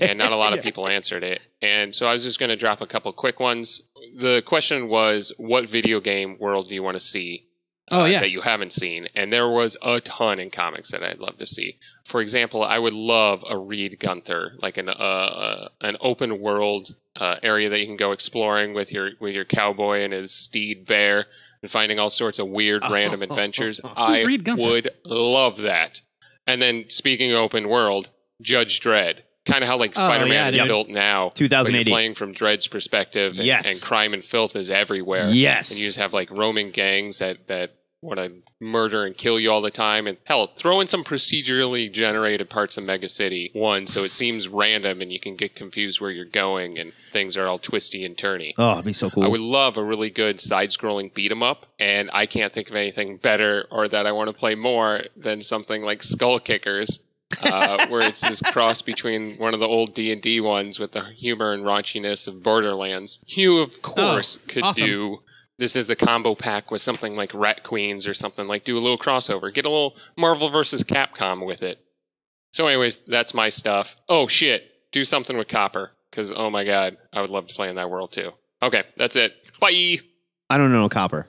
and not a lot of people answered it. And so I was just going to drop a couple quick ones. The question was, what video game world do you want to see? Oh, yeah. uh, that you haven't seen, and there was a ton in comics that I'd love to see. For example, I would love a Reed Gunther, like an uh, uh, an open world uh, area that you can go exploring with your with your cowboy and his steed bear, and finding all sorts of [laughs] weird random adventures. I Reed Gunther? would love that. And then, speaking of open world, Judge Dredd. kind of how like Oh, Spider-Man yeah, is dude. built now. 2080. but you're playing from Dread's perspective, and, Yes. and crime and filth is everywhere. Yes. and you just have like roaming gangs that that want to murder and kill you all the time, and hell, throw in some procedurally generated parts of Mega City One, so it seems random and you can get confused where you're going, and things are all twisty and turny. Oh, it'd be so cool. I would love a really good side-scrolling beat 'em up, and I can't think of anything better or that I want to play more than something like Skull Kickers, uh, where it's this cross between one of the old D and D ones with the humor and raunchiness of Borderlands. Hugh, of course, could awesome. do. This is a combo pack with something like Rat Queens or something like. Do a little crossover. Get a little Marvel versus Capcom with it. So, anyways, that's my stuff. Oh shit, do something with Copper because oh my god, I would love to play in that world too. Okay, that's it. Bye. I don't know Copper.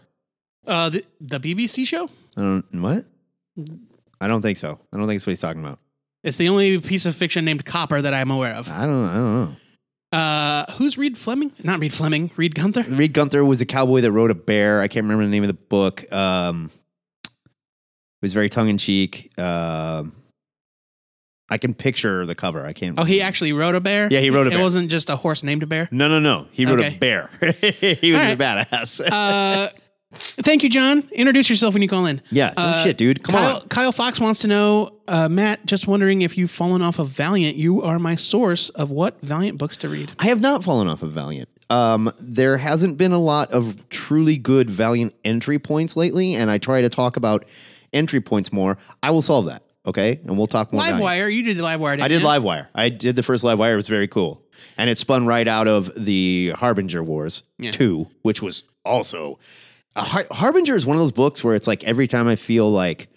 Uh, the, the BBC show. I don't what? I don't think so. I don't think that's what he's talking about. It's the only piece of fiction named Copper that I'm aware of. I don't. I don't know. Uh, who's Reed Fleming? Not Reed Fleming. Reed Gunther. Reed Gunther was a cowboy that rode a bear. I can't remember the name of the book. Um, it was very tongue in cheek. Um, I can picture the cover. I can't. Oh, he actually rode a bear. Mm-hmm. Yeah, he rode a bear. It wasn't just a horse named a bear. No, no, no. He rode Okay. a bear. [laughs] he was All a badass. [laughs] Uh, thank you, John. Introduce yourself when you call in. yeah. No uh, shit, dude. Come Kyle, on. Kyle Fox wants to know, uh, Matt. Just wondering if you've fallen off of Valiant. You are my source of what Valiant books to read. I have not fallen off of Valiant. Um, there hasn't been a lot of truly good Valiant entry points lately, and I try to talk about entry points more. I will solve that, okay? And we'll talk more. Valiant. Livewire. You did Livewire. Didn't I did you? Livewire. I did the first Livewire. It was very cool, and it spun right out of the Harbinger Wars Yeah. two, which was also a Har- Harbinger is one of those books where it's like every time I feel like,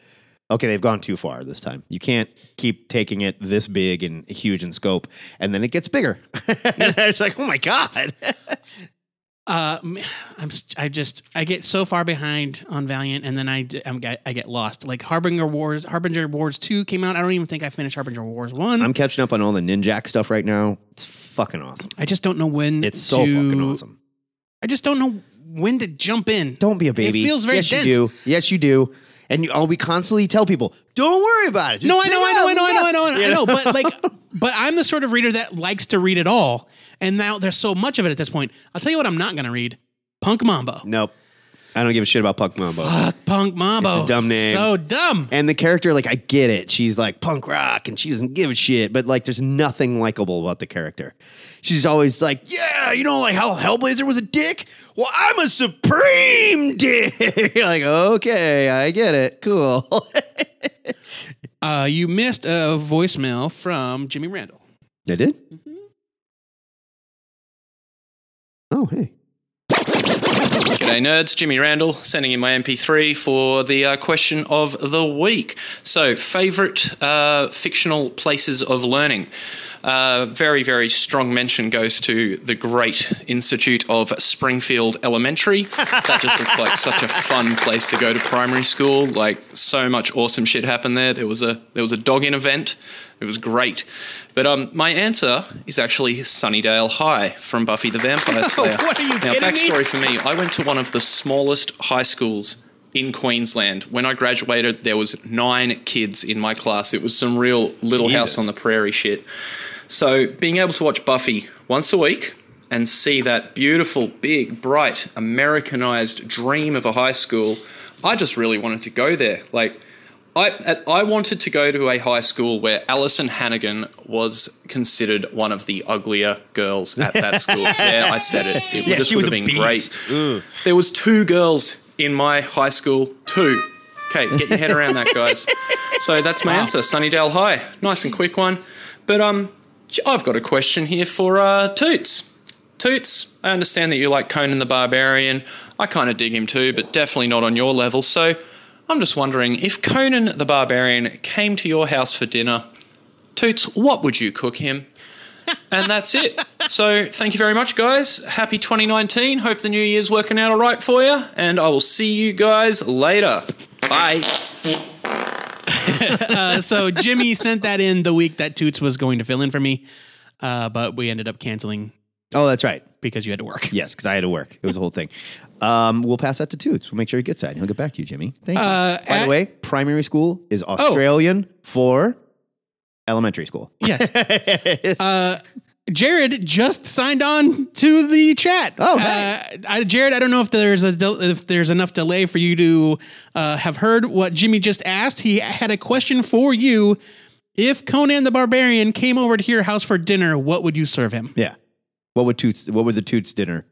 okay, they've gone too far this time. You can't keep taking it this big and huge in scope, and then it gets bigger. and [laughs] it's like, oh my god, Uh, m- I'm st- I just I get so far behind on Valiant, and then I d- I'm, get- I get lost. Like Harbinger Wars, Harbinger Wars two came out. I don't even think I finished Harbinger Wars one. I'm catching up on all the Ninjak stuff right now. It's fucking awesome. I just don't know when. It's so to- fucking awesome. I just don't know when to jump in. Don't be a baby. It feels very yes, dense. You do. Yes, you do. And you, oh, we constantly tell people, don't worry about it. Just No, I pick know, it I know, up, I know, I pick know, I it know, up." I You know. [laughs] But like, but I'm the sort of reader that likes to read it all. And now there's so much of it at this point. I'll tell you what, I'm not going to read Punk Mambo. nope. I don't give a shit about Punk Mambo. Fuck Punk Mambo. It's a dumb name. So dumb. And the character, like, I get it. She's like punk rock and she doesn't give a shit, but like, there's nothing likable about the character. She's always like, yeah, you know, like how Hellblazer was a dick? Well, I'm a supreme [laughs] dick. You're like, okay, I get it. Cool. Uh, you missed a voicemail from Jimmy Randall. I did? Oh, hey. G'day, nerds. Jimmy Randall sending in my MP3 for the uh, question of the week. So, favorite uh, fictional places of learning. Uh, very, very strong mention goes to the great Institute of Springfield Elementary. That just looked like such a fun place to go to primary school. Like so much awesome shit happened there. There was a there was a dog in event. It was great. But um, my answer is actually Sunnydale High from Buffy [laughs] the Vampire Slayer. What are you kidding now, me? backstory for me, I went to one of the smallest high schools in Queensland. When I graduated, there was nine kids in my class. It was some real Little House on the Prairie shit. So being able to watch Buffy once a week and see that beautiful, big, bright, Americanized dream of a high school, I just really wanted to go there. Like, I, at- I wanted to go to a high school where Alison Hannigan was considered one of the uglier girls at [laughs] that school. yeah, I said it. It Yeah, just she would was have a been beast. great. There was two girls in my high school. Two. Okay, get your head around that, guys. So that's my answer. Sunnydale High. Nice and quick one. But um, j- I've got a question here for uh, Toots. Toots, I understand that you like Conan the Barbarian. I kind of dig him too, but definitely not on your level. So I'm just wondering if Conan the Barbarian came to your house for dinner, Toots, what would you cook him? And that's it. So thank you very much, guys. Happy 2019. Hope the new year's working out all right for you. And I will see you guys later. Bye. [laughs] uh, so Jimmy sent that in the week that Toots was going to fill in for me, uh, but we ended up canceling. Oh, that's right. Because you had to work. Yes, because I had to work. It was a whole thing. Um, we'll pass that to Toots. We'll make sure he gets that. and He'll get back to you, Jimmy. Thank you. Uh, By at- the way, primary school is Australian for elementary school. Yes. uh, Jared just signed on to the chat. Oh, uh, I, Jared, I don't know if there's a del- if there's enough delay for you to uh, have heard what Jimmy just asked. He had a question for you. If Conan the Barbarian came over to your house for dinner, what would you serve him? Yeah. What would Toots? What would the Toots dinner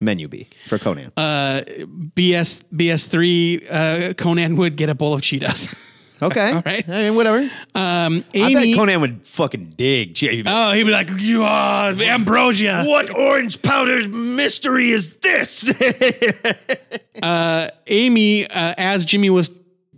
menu be for Conan? Uh, BS BS three. Uh, Conan would get a bowl of Cheetos. [laughs] Okay. All right. I mean, whatever. Um, I bet Amy. Conan would fucking dig. Gee, he'd be Oh, he'd be like, "You are ambrosia." What orange powder mystery is this? [laughs] uh, Amy, uh, as Jimmy was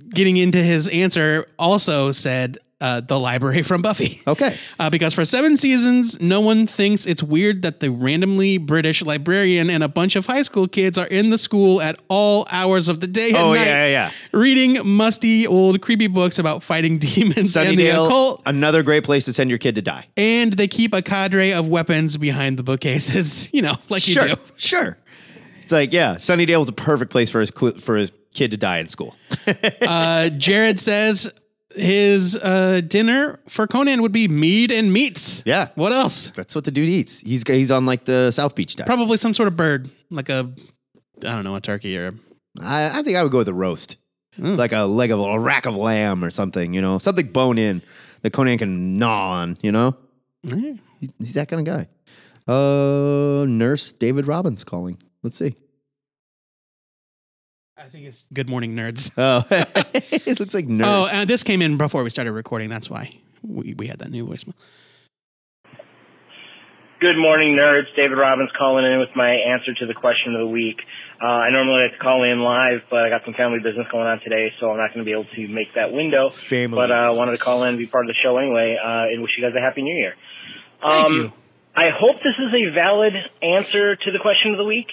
getting into his answer, also said uh, the library from Buffy. Okay. [laughs] Uh, because for seven seasons, no one thinks it's weird that the randomly British librarian and a bunch of high school kids are in the school at all hours of the day and Oh, yeah, night. yeah, yeah. Reading musty old creepy books about fighting [laughs] demons and the occult. Sunnydale, another great place to send your kid to die. And they keep a cadre of weapons behind the bookcases, [laughs] you know, like Sure, you do. Sure. It's like, yeah, Sunnydale was a perfect place for his qui- for his kid to die in school. uh, Jared says his uh, dinner for Conan would be mead and meats. Yeah. What else? That's what the dude eats. He's he's on like the South Beach diet. Probably some sort of bird, like a, I don't know, a turkey or. I, I think I would go with a roast, like a leg of a rack of lamb or something. You know, something bone in that Conan can gnaw on. You know, He- he's that kind of guy. Uh, nurse David Robbins calling. Let's see. I think it's Good Morning Nerds. Oh, [laughs] it looks like nurse. Oh, uh, this came in before we started recording. That's why we, we had that new voicemail. Good morning, nerds. David Robbins calling in with my answer to the question of the week. Uh, I normally like to call in live, but I got some family business going on today, so I'm not going to be able to make that window. Family but I uh, business. wanted to call in and be part of the show anyway, uh, and wish you guys a happy new year. Thank you. I hope this is a valid answer to the question of the week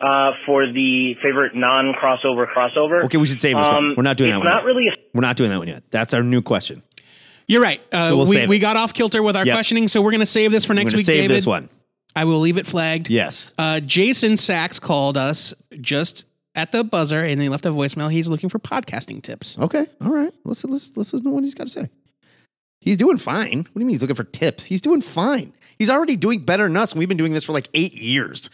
uh, for the favorite non-crossover crossover. Okay, we should save this one. Um, We're not doing it's that one. Not yet. really a We're not doing that one yet. That's our new question. You're right. Uh, So we'll we save we it. got off kilter with our Yep. questioning, so we're going to save this for We're next gonna week. save David. this one. I will leave it flagged. Yes. Uh, Jason Sachs called us just at the buzzer, and he left a voicemail. He's looking for podcasting tips. Okay. All right. Let's let's let's listen to what he's got to say. He's doing fine. What do you mean he's looking for tips? He's doing fine. He's already doing better than us. and We've been doing this for like eight years.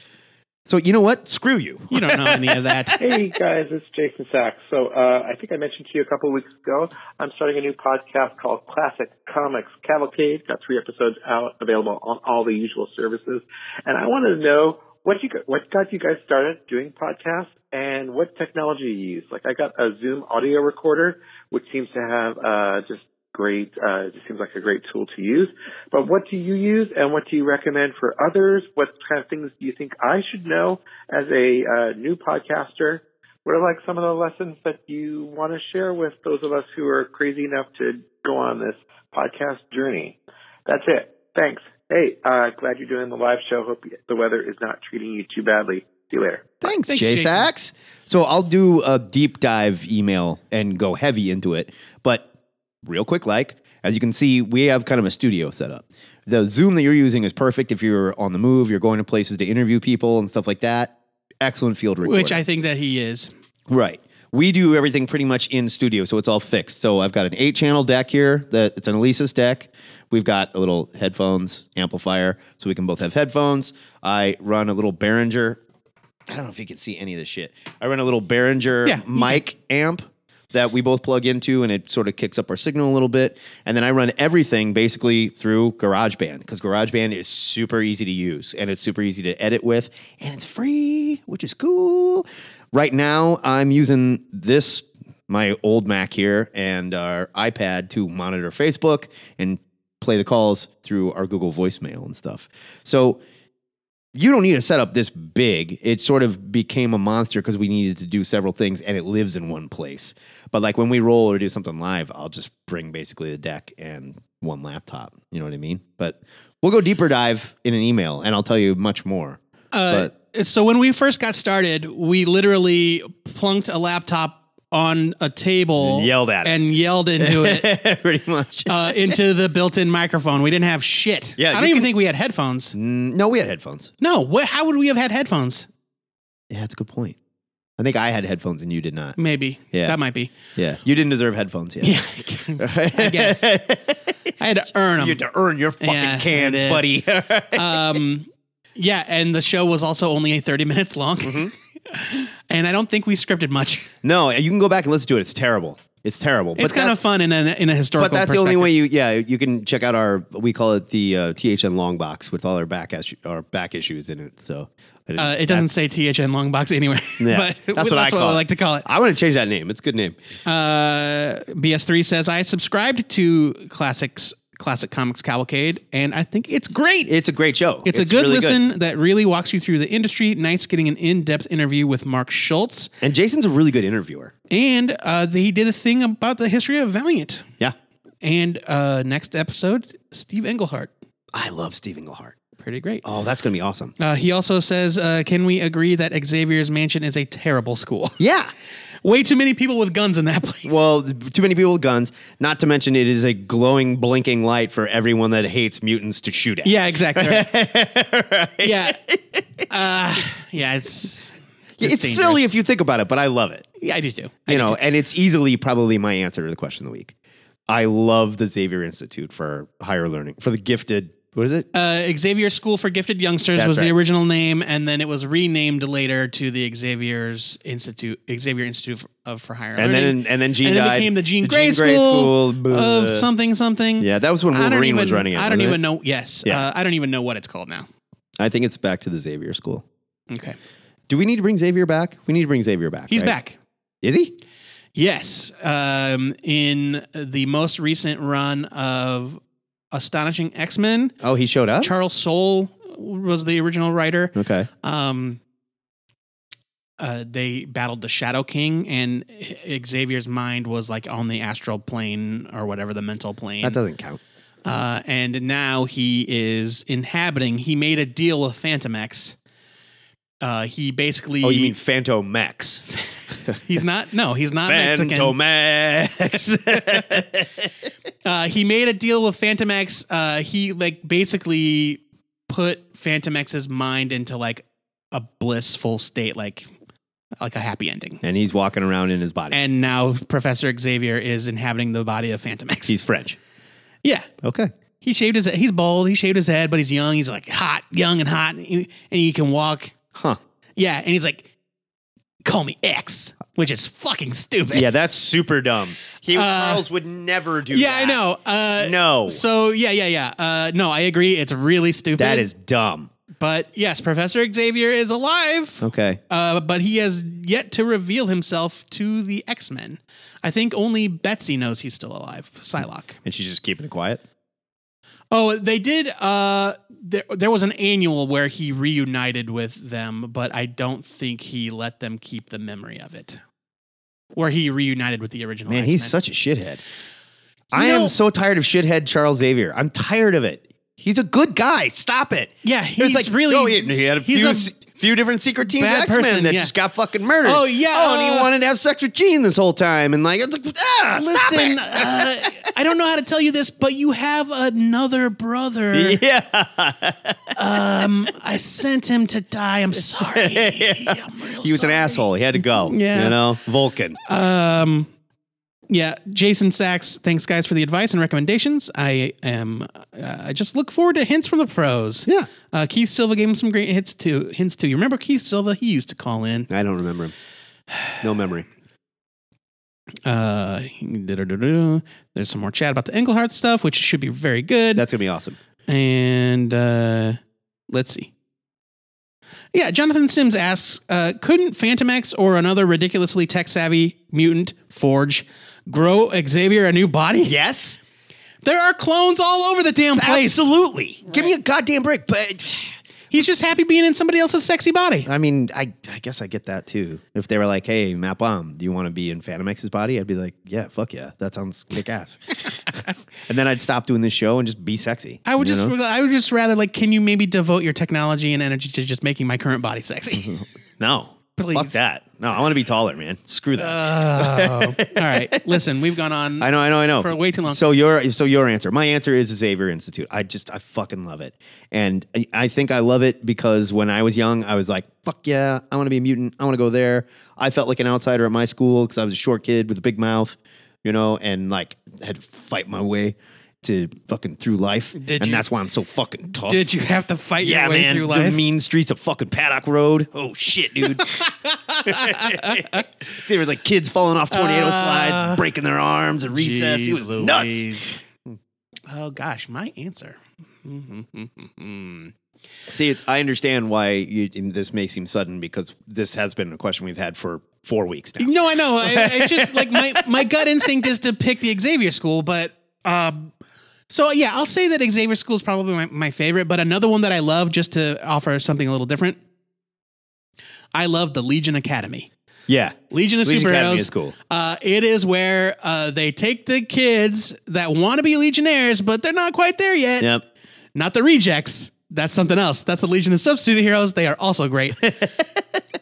So you know what? Screw you. [laughs] You don't know any of that. [laughs] hey guys, it's Jason Sachs. So uh, I think I mentioned to you a couple of weeks ago, I'm starting a new podcast called Classic Comics Cavalcade. Got three episodes out, available on all the usual services. And I wanted to know what you got- what got you guys started doing podcasts and what technology you use. Like I got a Zoom audio recorder, which seems to have uh, just great. Uh, it seems like a great tool to use. But what do you use, and what do you recommend for others? What kind of things do you think I should know as a uh, new podcaster? What are like some of the lessons that you want to share with those of us who are crazy enough to go on this podcast journey? That's it. Thanks. Hey, uh, glad you're doing the live show. Hope the weather is not treating you too badly. See you later. Thanks, Thanks, Jay Jason. Sachs. So I'll do a deep dive email and go heavy into it. But real quick, like, as you can see, we have kind of a studio set up. The Zoom that you're using is perfect if you're on the move, you're going to places to interview people and stuff like that. Excellent field recorder. Which I think that he is. Right. We do everything pretty much in studio, so it's all fixed. So I've got an eight channel deck here that it's an Elisa's deck. We've got a little headphones amplifier, so we can both have headphones. I run a little Behringer. I don't know if you can see any of this shit. I run a little Behringer Yeah, you mic amp that we both plug into, and it sort of kicks up our signal a little bit. And then I run everything basically through GarageBand because GarageBand is super easy to use and it's super easy to edit with, and it's free, which is cool. Right now, I'm using this my old Mac here and our iPad to monitor Facebook and play the calls through our Google voicemail and stuff. So you don't need a setup this big. It sort of became a monster because we needed to do several things and it lives in one place. But like when we roll or do something live, I'll just bring basically the deck and one laptop. You know what I mean? But we'll go deeper dive in an email and I'll tell you much more. Uh, so when we first got started, we literally plunked a laptop on a table And yelled at it. and yelled into [laughs] it pretty much uh, into the built-in microphone. We didn't have shit. Yeah, I you don't even can- Mm, think we had headphones. No, we had headphones. No, wh- how would we have had headphones? Yeah, that's a good point. I think I had headphones and you did not. Maybe. Yeah. That might be. [laughs] Yeah. You didn't deserve headphones yet. I guess. I had to earn them. You had to earn your fucking Yeah, I cans, [laughs] did. buddy. [laughs] um, yeah, and the show was also only 30 minutes long. [laughs] and I don't think we scripted much. Mm-hmm. No, you can go back and listen to it. It's terrible. It's terrible. It's kind of fun in a, in a historical But that's the only perspective. way you, yeah, you can check out our, we call it the uh, THN long box with all our back, issue, our back issues in it. So I didn't- Uh, it doesn't say THN long box anywhere, [laughs] Yeah, but that's what I call I it. like to call it. I want to change that name. It's a good name. Uh, BS3 says I subscribed to classics, classic comics cavalcade, and I think it's great. It's a great show. It's, It's a good really good. listen that really walks you through the industry. Nice getting an in-depth interview with Mark Schultz, and Jason's a really good interviewer. And uh, he did a thing about the history of Valiant. Yeah. And uh, next episode, Steve Englehart. I love Steve Englehart. Pretty great. Oh, that's going to be awesome. Uh, he also says, uh, "Can we agree that Xavier's mansion is a terrible school?" Yeah. [laughs] Way too many people with guns in that place. Well, too many people with guns. Not to mention, it is a glowing, blinking light for everyone that hates mutants to shoot at. [laughs] Yeah, exactly. right. Yeah. Uh, yeah, it's it's dangerous. silly if you think about it, but I love it. Yeah, I do too. you know, and it's easily probably my answer to the question of the week. I love the Xavier Institute for higher learning for the gifted. What is it? Uh, Xavier School for Gifted Youngsters That's was right. the original name, and then it was renamed later to the Xavier's Institute, Xavier Institute for, of for Higher And Learning. then- and then Jean and died. it became the Gene The Gray Jean Grey School, School, of bleh. something something. Yeah, that was when I don't Wolverine was even- running it, I don't wasn't even it? know. Yes, Yeah. uh, I don't even know what it's called now. I think it's back to the Xavier School. Okay, Do we need to bring Xavier back? We need to bring Xavier back. he's right? back. Is he? Yes, um, in the most recent run of Astonishing X Men, Oh, he showed up. Charles Soule was the original writer. okay. um, uh, they battled the Shadow King, and Xavier's mind was like on the astral plane or whatever the mental plane. That doesn't count. Uh, and now he is inhabiting. He made a deal with Phantom X. Uh, he basically. Oh, you mean Phantom Max? [laughs] he's not? No, he's not Mexican. Phantom Max. [laughs] Uh, he made a deal with Phantom X. Uh, he like basically put Phantom X's mind into like a blissful state, like like a happy ending. and he's walking around in his body. And now Professor Xavier is inhabiting the body of Phantom X. He's French. Yeah. Okay. He shaved his he's bald, he shaved his head, but he's young, he's like hot, young and hot, and he, and he can walk. Huh. Yeah, and he's like call me X, which is fucking stupid. Yeah, that's super dumb. He Uh, Charles would never do yeah, that. I know. Uh No. So, yeah, yeah, yeah. Uh no, I agree. It's really stupid. That is dumb. But yes, Professor Xavier is alive. Okay. Uh, but he has yet to reveal himself to the X Men. I think only Betsy knows he's still alive. Psylocke. And she's just keeping it quiet. Oh, they did. Uh, there, there was an annual where he reunited with them, but I don't think he let them keep the memory of it. Where he reunited with the original. Man, X-Men. he's such a shithead. I know- am so tired of shithead Charles Xavier. I'm tired of it. He's a good guy. Stop it. Yeah, It's he's like, really- no, he, he had a he's few, a s- few different secret teams bad X-Men person, that yeah. just got fucking murdered. Oh, yeah, Oh, and uh, he wanted to have sex with Jean this whole time, and like, I'm like, ah, stop Listen, it. uh, I don't know how to tell you this, but you have another brother. [laughs] Yeah. Um, I sent him to die. I'm [laughs] sorry. he was an asshole. He had to go. Yeah. You know, Vulcan. Um, yeah, Jason Sachs. Thanks, guys, for the advice and recommendations. I am. Uh, I just look forward to hints from the pros. Yeah. Uh, Keith Silva gave him some great hits too. Hints too. You remember Keith Silva? He used to call in. I don't remember him. No memory. [sighs] Uh, da-da-da-da. there's some more chat about the Englehart stuff, which should be very good. That's gonna be awesome. [laughs] And uh, let's see. Yeah, Jonathan Sims asks, uh, couldn't Phantom X or another ridiculously tech savvy mutant forge grow Xavier a new body? Yes. There are clones all over the damn place. Absolutely. Give me a goddamn break. But He's just happy being in somebody else's sexy body. I mean, I, I guess I get that too. If they were like, hey, Matt Bomb, do you want to be in Phantom X's body? I'd be like, yeah, fuck yeah. That sounds kick [laughs] ass. and then I'd stop doing this show and just be sexy. I would you just know? I would just rather like can you maybe devote your technology and energy to just making my current [laughs] body sexy? No. Fuck Please. that. No, I want to be taller, man. Screw that. Oh. all right. Listen, we've gone on [laughs] I know, I know, I know. for way too long. So your so your answer. My answer is Xavier Institute. I just I fucking love it, and I, I think I love it because when I was young, I was like, "Fuck yeah, I want to be a mutant. I want to go there." I felt like an outsider at my school because I was a short kid with a big mouth, you know, and like had to fight my way. to fucking through life, Did and you- that's why I'm so fucking tough. Did you have to fight yeah, your way man, through life? The mean streets of fucking Paddock Road. Oh shit, [laughs] dude. there were like kids falling off Uh. tornado slides, breaking their arms and recess. It was Jeez nuts. Oh gosh, my answer. See, it's, I understand why you, and this may seem sudden because this has been a question we've had for four weeks now. No, I know. I, it's just like my, my gut instinct is to pick the Xavier School, but um, so yeah, I'll say that Xavier School is probably my, my favorite. But another one that I love, just to offer something a little different, I love the Legion Academy. Yeah, Legion of Legion Superheroes Academy is cool. Uh, it is where uh, they take the kids that want to be Legionnaires, but they're not quite there yet. Yep. Not the rejects. That's something else. That's the Legion of Substitute Heroes. They are [laughs] also great.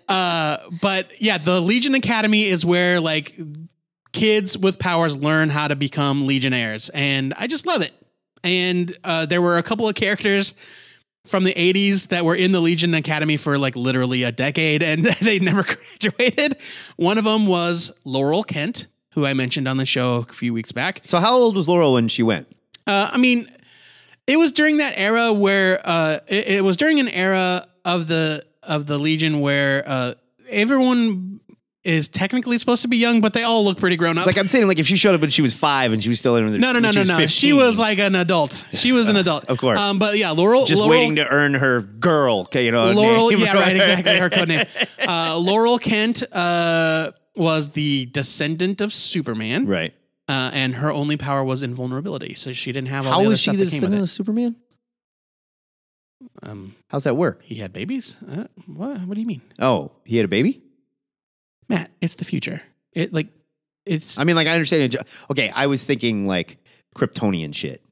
uh, but yeah, the Legion Academy is where like kids with powers learn how to become Legionnaires, and I just love it. And uh, there were a couple of characters from the 80s that were in the Legion Academy for like literally a decade and [laughs] they never graduated. One of them was Laurel Kent, who I mentioned on the show a few weeks back. So, how old was Laurel when she went? Uh, I mean, it was during that era where uh, it, it was during an era of the of the Legion where uh, everyone is technically supposed to be young, but they all look pretty grown up. It's like I'm saying, like if she showed up when she was five and she was still in the no, no, when no, she no, was no. 15, She was like an adult. [laughs] She was an adult, of course. Um, but yeah, Laurel, just Laurel, waiting to earn her girl. Okay, you know, Laurel, Uh, [laughs] name, yeah, right, exactly. Her code [laughs] name. Uh, Laurel Kent uh, was the descendant of Superman, right? Uh, and her only power was invulnerability, so she didn't have all How the other was she stuff the that came with descendant it. of Superman? Um, How's that work? he had babies. Uh, what? What do you mean, Oh, he had a baby. Matt? It's the future. It like it's. I mean, like I understand. It. Okay, I was thinking like Kryptonian shit.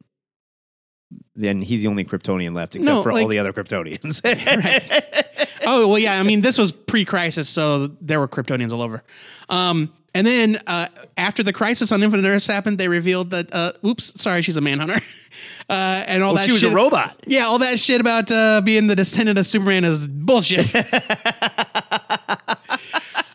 Then he's the only Kryptonian left, except No, for all like- the other [laughs] Kryptonians. [laughs] oh well, yeah. I mean, this was pre-crisis, so there were Kryptonians all over. Um, and then uh, after the crisis on Infinite Earths happened, they revealed that. Uh, oops, sorry, she's a manhunter. [laughs] Uh, and all Oh, that she was a shit- robot. Yeah, all that shit about uh, being the descendant of Superman [laughs] is bullshit.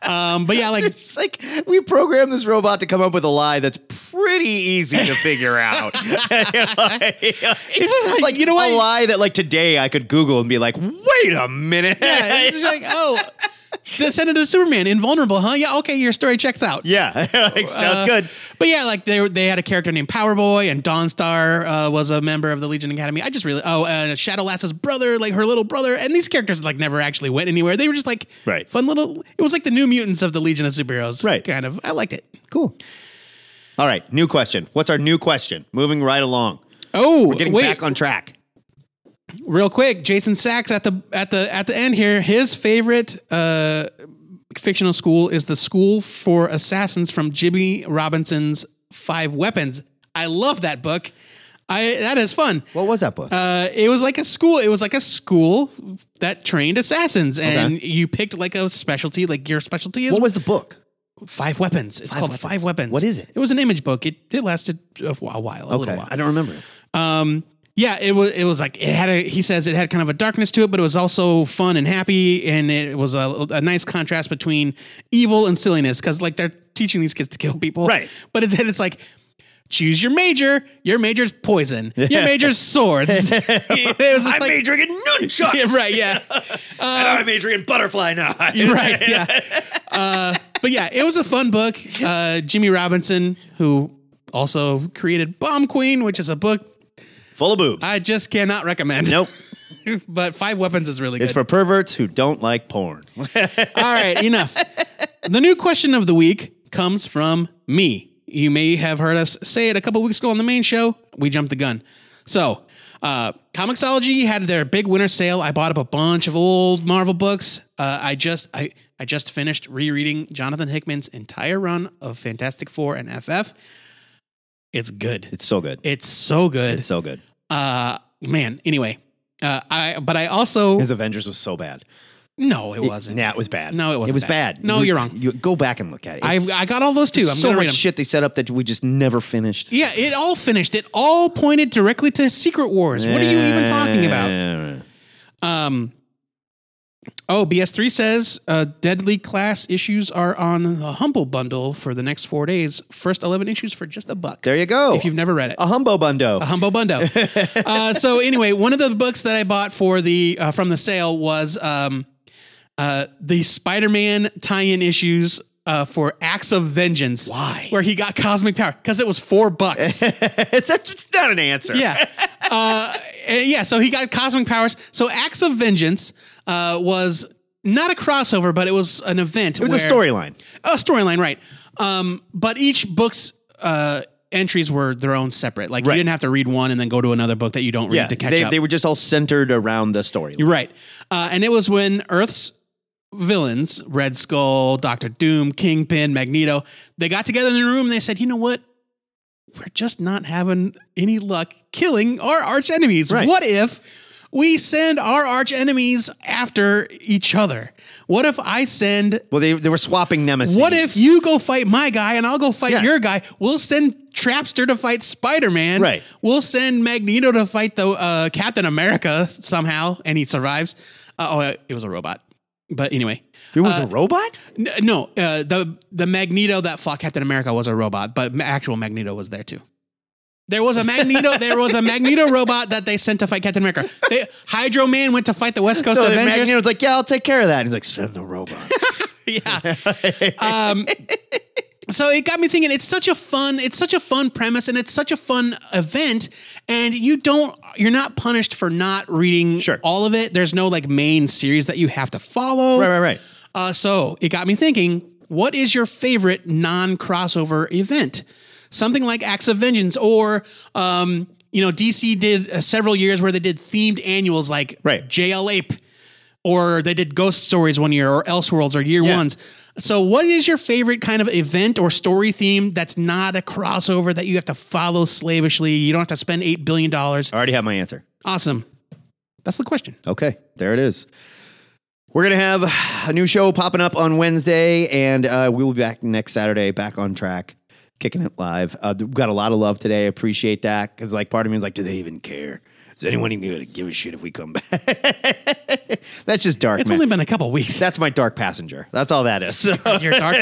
um, but [laughs] yeah, like it's like we programmed this robot to come up with a lie that's pretty [laughs] easy [laughs] to figure out. like, you know what? A lie that like today I could Google and be like, wait a minute. yeah, it's just like oh, descendant of Superman, invulnerable, huh? Yeah, okay, your story checks out. Yeah, [laughs] like, sounds Uh, good. But yeah, like they they had a character named Powerboy, and Dawnstar uh, was a member of the Legion Academy. I just really oh, and Shadow Lass's brother, like her little brother, and these characters like never actually went anywhere. They were just like Right. fun little. It was like the New Mutants of the Legion of Superheroes, right? Kind of. I liked it. Cool. All right, new question. What's our new question? Moving right along. Oh, We're getting wait. back on track. Real quick, Jason Sachs at the at the at the end here. His favorite uh, fictional school is the School for Assassins from Jimmy Robinson's Five Weapons. I love that book. I that is fun. What was that book? Uh, it was like a school. It was like a school that trained assassins, and you picked like a specialty. Like your specialty is What was the book? Five Weapons. It's called Five Weapons. What is it? It was an image book. It it lasted a wh- a while, a little Okay, while. I don't remember. Um, yeah, it was. It was like it had a. He says it had kind of a darkness to it, but it was also fun and happy, and it was a, a nice contrast between evil and silliness because like they're teaching these kids to kill people, right? But then it's like. Choose your major. Your major's poison. Your major's swords. [laughs] I'm majoring in nunchucks. Yeah, right, yeah. [laughs] and I'm majoring in butterfly knives. You're [laughs] right. [laughs] Yeah. Uh, but yeah, it was a fun book. Uh, Jimmy Robinson, who also created Bomb Queen, which is a book full of boobs. I just cannot recommend. Nope. [laughs] but Five Weapons is really good. It's for perverts who don't like porn. [laughs] All right, enough. The new question of the week comes from me. You may have heard us say it a couple weeks ago on the main show. We jumped the gun. So, uh, Comixology had their big winter sale. I bought up a bunch of old Marvel books. Uh, I just I I just finished rereading Jonathan Hickman's entire run of Fantastic Four and FF. It's good. It's so good. It's so good. It's so good. Uh, man. Anyway, uh, I but I also His Avengers was so bad. no, it wasn't. Nah, it was bad. No, it wasn't It was bad. bad. No, You- you're wrong. You go back and look at it. I It's- I got all those too. I'm so gonna much read them. shit they set up that we just never finished. Yeah, it all finished. It all pointed directly to Secret Wars. What are you even talking about? Um, Oh, BS3 says uh, Deadly Class issues are on the Humble Bundle for the next four days. First 11 issues for just a buck. There you go. If you've never read it, a humbo bundo. A [laughs] humbo bundo. uh, so anyway, one of the books that I bought for the uh, from the sale was um, uh, the Spider-Man tie-in issues uh, for Acts of Vengeance. Why? Where he got cosmic power because it was [laughs] four bucks. it's, not, it's not an answer. [laughs] Yeah. Uh, and yeah. So he got cosmic powers. So Acts of Vengeance uh, was not a crossover, but it was an event. It was a where- storyline. A storyline, right? Um, but each book's uh, entries were their own separate. Like you didn't have to read one and then go to another book that you don't read Yeah, to catch they, up. they were just all centered around the story. You're right. Uh, and it was when Earth's villains, Red Skull, Doctor Doom, Kingpin, Magneto, they got together in the room and they said, you know what? We're just not having any luck killing our arch enemies. What if we send our arch enemies after each other? What if I send. Well, they, they were swapping nemesis. What if you go fight my guy and I'll go fight Yeah. your guy? We'll send Trapster to fight Spider Man. Right. We'll send Magneto to fight the uh, Captain America somehow, and he survives. Uh, oh, uh, it was a robot. But anyway, Uh, it was a robot. no, uh, the the Magneto that fought Captain America was a robot, but ma- actual Magneto was there too. There was a Magneto. there was a Magneto robot that they sent to fight Captain America. They, Hydro Man went to fight the West Coast so Avengers. Magneto's like, yeah, I'll take care of that. And he's like, send the robot. [laughs] um, so it got me thinking. It's such a fun. It's such a fun premise, and it's such a fun event. And you don't. You're not punished for not reading all of it. There's no like main series that you have to follow. Right, right, right. Uh, so it got me thinking. What is your favorite non-crossover event? Something like Acts of Vengeance, or um, you know, DC did uh, several years where they did themed annuals like JL Ape or they did ghost stories one year or elseworlds or year ones so what is your favorite kind of event or story theme that's not a crossover that you have to follow slavishly you don't have to spend $8 billion I already have my answer. awesome that's the question Okay, there it is. We're going to have a new show popping up on Wednesday, and uh, we will be back next Saturday, back on track, kicking it live. Uh, we got a lot of love today. I appreciate that because, like, part of me is like, do they even care? Is anyone even going to give a shit if we come back? That's just dark. It's man. only been a couple weeks. That's my dark passenger. That's all that is. [laughs] Your dark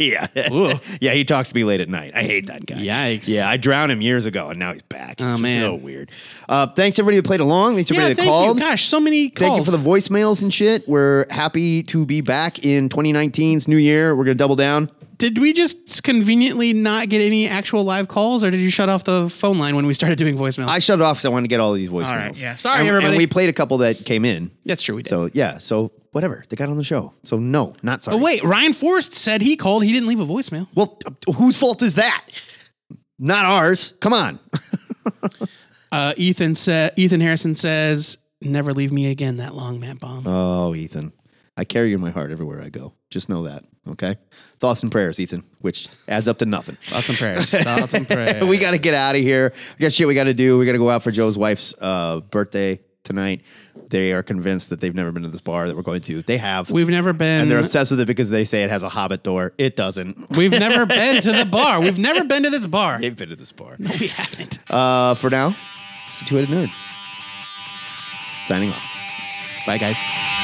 [laughs] yeah. Ooh. Yeah, he talks to me late at night. I hate that guy. Yikes. Yeah, I drowned him years ago, and now he's back. It's Oh, man. so weird. Uh, thanks everybody that played along. Thanks everybody yeah that thank called. you gosh so many calls Thank you for the voicemails and shit. We're happy to be back in 2019's new year. We're gonna double down. did we just conveniently not get any actual live calls or did you shut off the phone line when we started doing voicemails I shut it off because I wanted to get all these voicemails. All right, yeah. Sorry, and, everybody. And we played a couple that came in. That's true. We did. So yeah. So whatever. They got on the show. So no, not sorry. oh wait ryan forrest said he called he didn't leave a voicemail well whose fault is that not ours come on [laughs] uh, ethan said ethan harrison says never leave me again that long matt bomb Oh, Ethan. I carry you in my heart everywhere I go. Just know that. Okay. Thoughts and prayers, Ethan, which adds up to nothing. Thoughts and prayers. [laughs] Thoughts and prayers. we got to get out of here. We got shit we got to do. We got to go out for Joe's wife's uh, birthday tonight. They are convinced that they've never been to this bar that we're going to. They have. We've never been. And they're obsessed with it because they say it has a hobbit door. It doesn't. We've never been to the bar. We've never been to this bar. They've been to this bar. No, we haven't. [laughs] Uh, for now, it's the two-headed nerd. Signing off. Bye, guys.